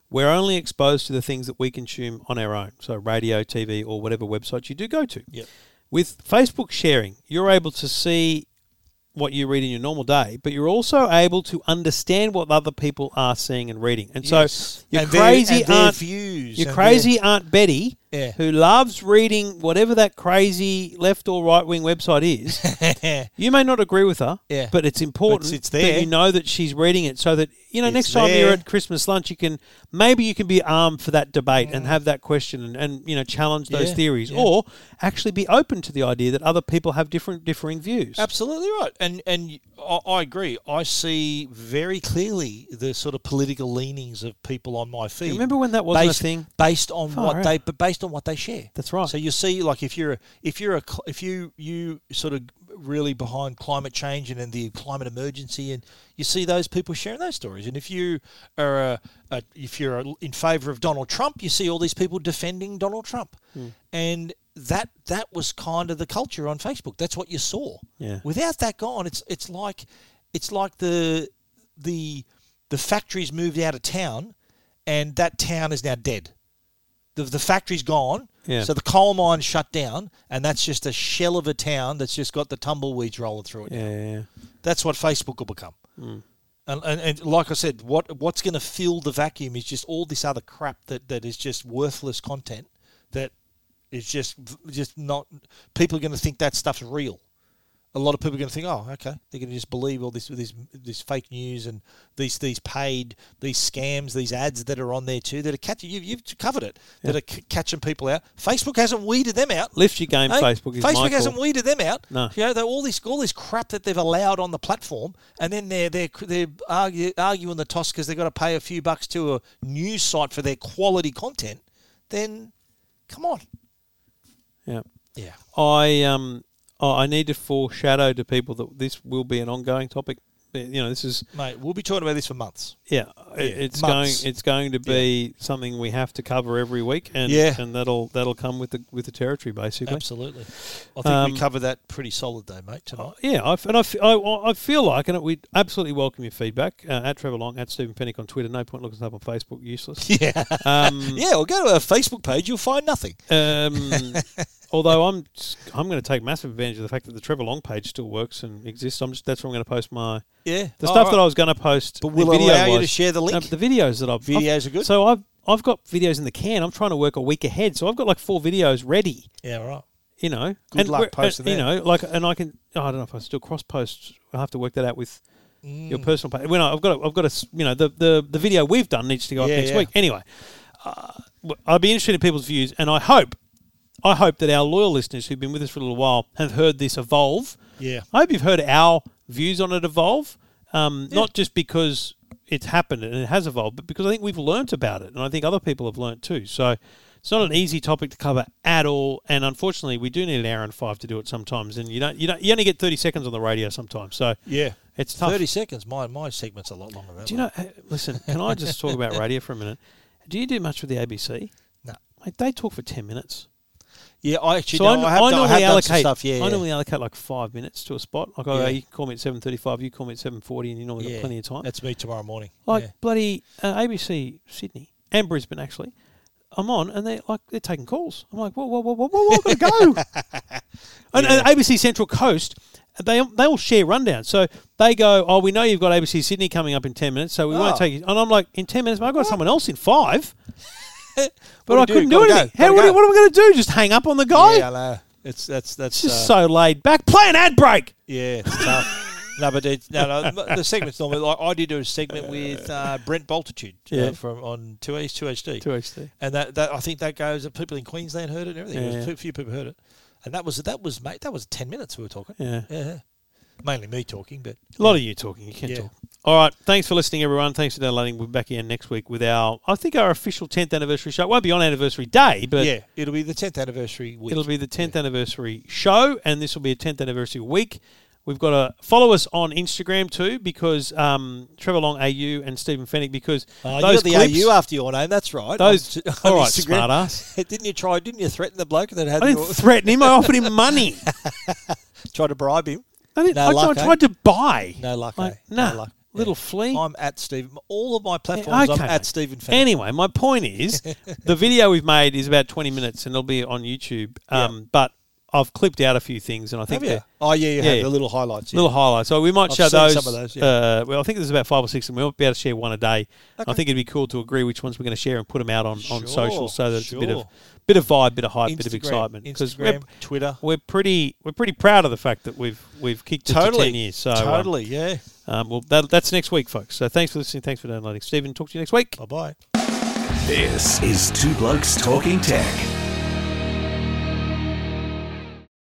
Speaker 2: we're only exposed to the things that we consume on our own. So radio, TV, or whatever website you do go to.
Speaker 1: Yep.
Speaker 2: With Facebook sharing, you're able to see what you read in your normal day, but you're also able to understand what other people are seeing and reading. And
Speaker 1: Yes.
Speaker 2: so your
Speaker 1: And their-
Speaker 2: crazy
Speaker 1: and their
Speaker 2: aunt,
Speaker 1: views
Speaker 2: your
Speaker 1: and
Speaker 2: crazy Aunt Betty,
Speaker 1: Yeah.
Speaker 2: who loves reading whatever that crazy left or right wing website is, you may not agree with her,
Speaker 1: Yeah.
Speaker 2: but it's important
Speaker 1: But it's
Speaker 2: that
Speaker 1: there.
Speaker 2: you know that she's reading it so that, you know,
Speaker 1: It's
Speaker 2: next time you're
Speaker 1: there.
Speaker 2: at Christmas lunch, you can maybe you can be armed for that debate and have that question and, and you know, challenge those
Speaker 1: Yeah,
Speaker 2: theories
Speaker 1: yeah.
Speaker 2: or actually be open to the idea that other people have different differing views.
Speaker 1: Absolutely right, and and I, I agree. I see very clearly the sort of political leanings of people on my feed.
Speaker 2: remember when that wasn't a
Speaker 1: based,
Speaker 2: thing?
Speaker 1: based on
Speaker 2: Far
Speaker 1: what
Speaker 2: out.
Speaker 1: they, but based on what they share.
Speaker 2: That's right.
Speaker 1: So you see, like if you're a, if you're a cl- if you you sort of really behind climate change and, and the climate emergency, and you see those people sharing those stories. And if you are a, a if you're a, in favour of Donald Trump, you see all these people defending Donald Trump,
Speaker 2: Hmm.
Speaker 1: and that that was kind of the culture on Facebook. That's what you saw.
Speaker 2: Yeah.
Speaker 1: Without that gone, it's it's like it's like the the the factories moved out of town, and that town is now dead. The the factory's gone,
Speaker 2: Yeah.
Speaker 1: so the coal mine shut down, and that's just a shell of a town that's just got the tumbleweeds rolling through it.
Speaker 2: Yeah, yeah, yeah.
Speaker 1: That's what Facebook will become. And, and, and like I said, what what's going to fill the vacuum is just all this other crap that, that is just worthless content that is just just not. People are going to think that stuff's real. A lot of people are going to think, oh, okay, they're going to just believe all this this this fake news and these these paid these scams, these ads that are on there too that are catching. You, you've covered it. That are c- catching people out. Facebook hasn't weeded them out.
Speaker 2: Lift your game,
Speaker 1: Hey,
Speaker 2: Facebook is my call.
Speaker 1: hasn't weeded them out.
Speaker 2: No.
Speaker 1: you know they're all this all this crap that they've allowed on the platform, and then they're they're they're argue, arguing the toss because they've got to pay a few bucks to a news site for their quality content. Then, come on,
Speaker 2: Yeah.
Speaker 1: yeah,
Speaker 2: I um oh, I need to foreshadow to people that this will be an ongoing topic. Eh, You know, this is
Speaker 1: mate, we'll be talking about this for months.
Speaker 2: yeah, i- it's
Speaker 1: months.
Speaker 2: going it's going to be something we have to cover every week, and
Speaker 1: Yeah.
Speaker 2: and that'll that'll come with the with the territory basically.
Speaker 1: Absolutely, I think
Speaker 2: Um,
Speaker 1: we covered that pretty solid though, mate. Tonight,
Speaker 2: Yeah, I, f- and I, f- I, I feel like, and we absolutely welcome your feedback uh, at Trevor Long, at Stephen Pennick on Twitter. No point looking us up on Facebook, useless.
Speaker 1: yeah,
Speaker 2: Um,
Speaker 1: yeah. Well, go to our Facebook page, you'll find nothing.
Speaker 2: um, Although I'm I'm going to take massive advantage of the fact that the Trevor Long page still works and exists. I'm just, that's where I'm going to post my
Speaker 1: Yeah.
Speaker 2: the
Speaker 1: Oh,
Speaker 2: stuff
Speaker 1: right.
Speaker 2: that I was going to post.
Speaker 1: But will it
Speaker 2: video
Speaker 1: allow you to share the link?
Speaker 2: the videos that I've
Speaker 1: Videos
Speaker 2: I've-
Speaker 1: are good.
Speaker 2: So I've I've got videos in the can. I'm trying to work a week ahead, so I've got like four videos ready.
Speaker 6: Yeah, right.
Speaker 2: You know,
Speaker 1: Good
Speaker 2: and
Speaker 1: luck
Speaker 2: we're-
Speaker 1: posting
Speaker 2: and, You
Speaker 1: that.
Speaker 2: know, like and I can. oh, I don't know if I still cross post. I have to work that out with.
Speaker 1: Mm.
Speaker 2: Your personal page. When I, I've got, a, I've got a, s- you know, the, the the video we've done needs to go up
Speaker 1: Yeah,
Speaker 2: next
Speaker 1: yeah.
Speaker 2: week. Anyway, uh, I'd be interested in people's views, and I hope, I hope that our loyal listeners who've been with us for a little while have heard this evolve.
Speaker 6: Yeah.
Speaker 2: I hope you've heard our views on it evolve, um, not just because it's happened and it has evolved, but because I think we've learnt about it, and I think other people have learnt too. So it's not an easy topic to cover at all, and unfortunately, we do need an hour and five to do it sometimes, and you don't, you don't, you only get thirty seconds on the radio sometimes, so
Speaker 6: Yeah.
Speaker 2: it's tough.
Speaker 6: Thirty seconds. My my segment's a lot longer than that.
Speaker 2: Do you know? hey, Listen, can I just talk about radio for a minute? Do you do much with the ABC?
Speaker 6: No.
Speaker 2: Mate, they talk for ten minutes.
Speaker 1: Yeah, I actually
Speaker 2: So
Speaker 1: know.
Speaker 2: I,
Speaker 1: I, have,
Speaker 2: I
Speaker 1: done, I
Speaker 2: normally
Speaker 1: have done
Speaker 2: allocate.
Speaker 1: some stuff. Yeah,
Speaker 2: I
Speaker 1: yeah.
Speaker 2: normally allocate like five minutes to a spot. Like, oh,
Speaker 1: Yeah.
Speaker 2: you can call me at seven thirty-five. You call me at seven forty, and you normally
Speaker 1: Yeah.
Speaker 2: got plenty of time.
Speaker 6: That's me tomorrow morning.
Speaker 2: like
Speaker 6: Yeah.
Speaker 2: bloody uh, ABC Sydney and Brisbane actually. I'm on, and they're like they're taking calls. I'm like, whoa, whoa, whoa, whoa, whoa, whoa, gotta go. and, and ABC Central Coast, they they all share rundowns. So they go, oh, we know you've got ABC Sydney coming up in ten minutes, so we won't
Speaker 1: Oh.
Speaker 2: take you. And I'm like, in ten minutes, mate, I've got someone else in five. But I
Speaker 1: do?
Speaker 2: couldn't do
Speaker 1: Gotta go,
Speaker 2: anything. How,
Speaker 1: gotta
Speaker 2: what,
Speaker 1: go.
Speaker 2: do- what am I going to do? Just hang up on the guy?
Speaker 1: Yeah, I know. It's that's that's
Speaker 2: it's just
Speaker 1: uh,
Speaker 2: so laid back. Play an ad break.
Speaker 1: yeah, it's tough. no, but it's, no, no, m- the segment's normally like I did do a segment with uh, Brent Bultitude uh,
Speaker 2: Yeah.
Speaker 1: from on two East two HD,
Speaker 2: HD.
Speaker 1: and that, that I think that goes. People in Queensland heard it and everything. There
Speaker 2: Yeah.
Speaker 1: was a few people heard it, and that was that was mate. That was ten minutes we were talking.
Speaker 2: Yeah.
Speaker 1: yeah. mainly me talking, but
Speaker 2: A lot of you talking. You can't
Speaker 1: Yeah.
Speaker 2: talk. All right. Thanks for listening, everyone. Thanks for downloading. We'll be back again next week with our, I think, our official 10th anniversary show. It won't be on anniversary day, but
Speaker 1: yeah, it'll be the tenth anniversary week.
Speaker 2: it'll be the 10th anniversary show, and this will be a 10th anniversary week. We've got to follow us on Instagram too, because um, Trevor Long AU and Stephen Fennick, because
Speaker 1: Oh, you
Speaker 2: those
Speaker 1: got the
Speaker 2: clips,
Speaker 1: AU after your name. That's right.
Speaker 2: those,
Speaker 1: On- on
Speaker 2: all right,
Speaker 1: Instagram.
Speaker 2: smart ass.
Speaker 1: Didn't you try? Didn't you threaten the bloke that had
Speaker 2: I
Speaker 1: your,
Speaker 2: didn't threaten him. I offered him money.
Speaker 1: try to bribe him?
Speaker 2: I, didn't,
Speaker 1: No
Speaker 2: I,
Speaker 1: luck,
Speaker 2: I
Speaker 1: eh?
Speaker 2: tried to buy.
Speaker 1: No luck.
Speaker 2: Like,
Speaker 1: eh?
Speaker 2: nah,
Speaker 1: no luck.
Speaker 2: little flea.
Speaker 1: I'm at Stephen. All of my
Speaker 2: Yeah,
Speaker 1: platforms,
Speaker 2: okay,
Speaker 1: I'm
Speaker 2: mate.
Speaker 1: at Stephen. Fenn.
Speaker 2: Anyway, my point is, the video we've made is about twenty minutes, and it'll be on YouTube. Um, But I've clipped out a few things, and I think
Speaker 1: have you?
Speaker 2: they're
Speaker 1: Oh yeah, you
Speaker 2: Yeah,
Speaker 1: have
Speaker 2: yeah.
Speaker 1: the little highlights. Yeah.
Speaker 2: little highlights. So we might
Speaker 1: I've
Speaker 2: show
Speaker 1: seen
Speaker 2: those.
Speaker 1: some of those, yeah.
Speaker 2: uh, well, I think there's about five or six, and we'll be able to share one a day. I think it'd be cool to agree which ones we're going to share and put them out on, on
Speaker 1: Sure,
Speaker 2: social, so that it's a bit of
Speaker 1: sure.
Speaker 2: bit of vibe, bit of hype, bit of
Speaker 1: Instagram,
Speaker 2: excitement. Because we're
Speaker 1: Instagram, Twitter.
Speaker 2: we're pretty we're pretty proud of the fact that we've we've kicked it to ten years. So um,
Speaker 1: totally. Yeah.
Speaker 2: Um, well, that, that's next week, folks. So thanks for listening. Thanks for downloading. Stephen, talk to you next week.
Speaker 1: Bye bye.
Speaker 3: This is Two Blokes Talking Tech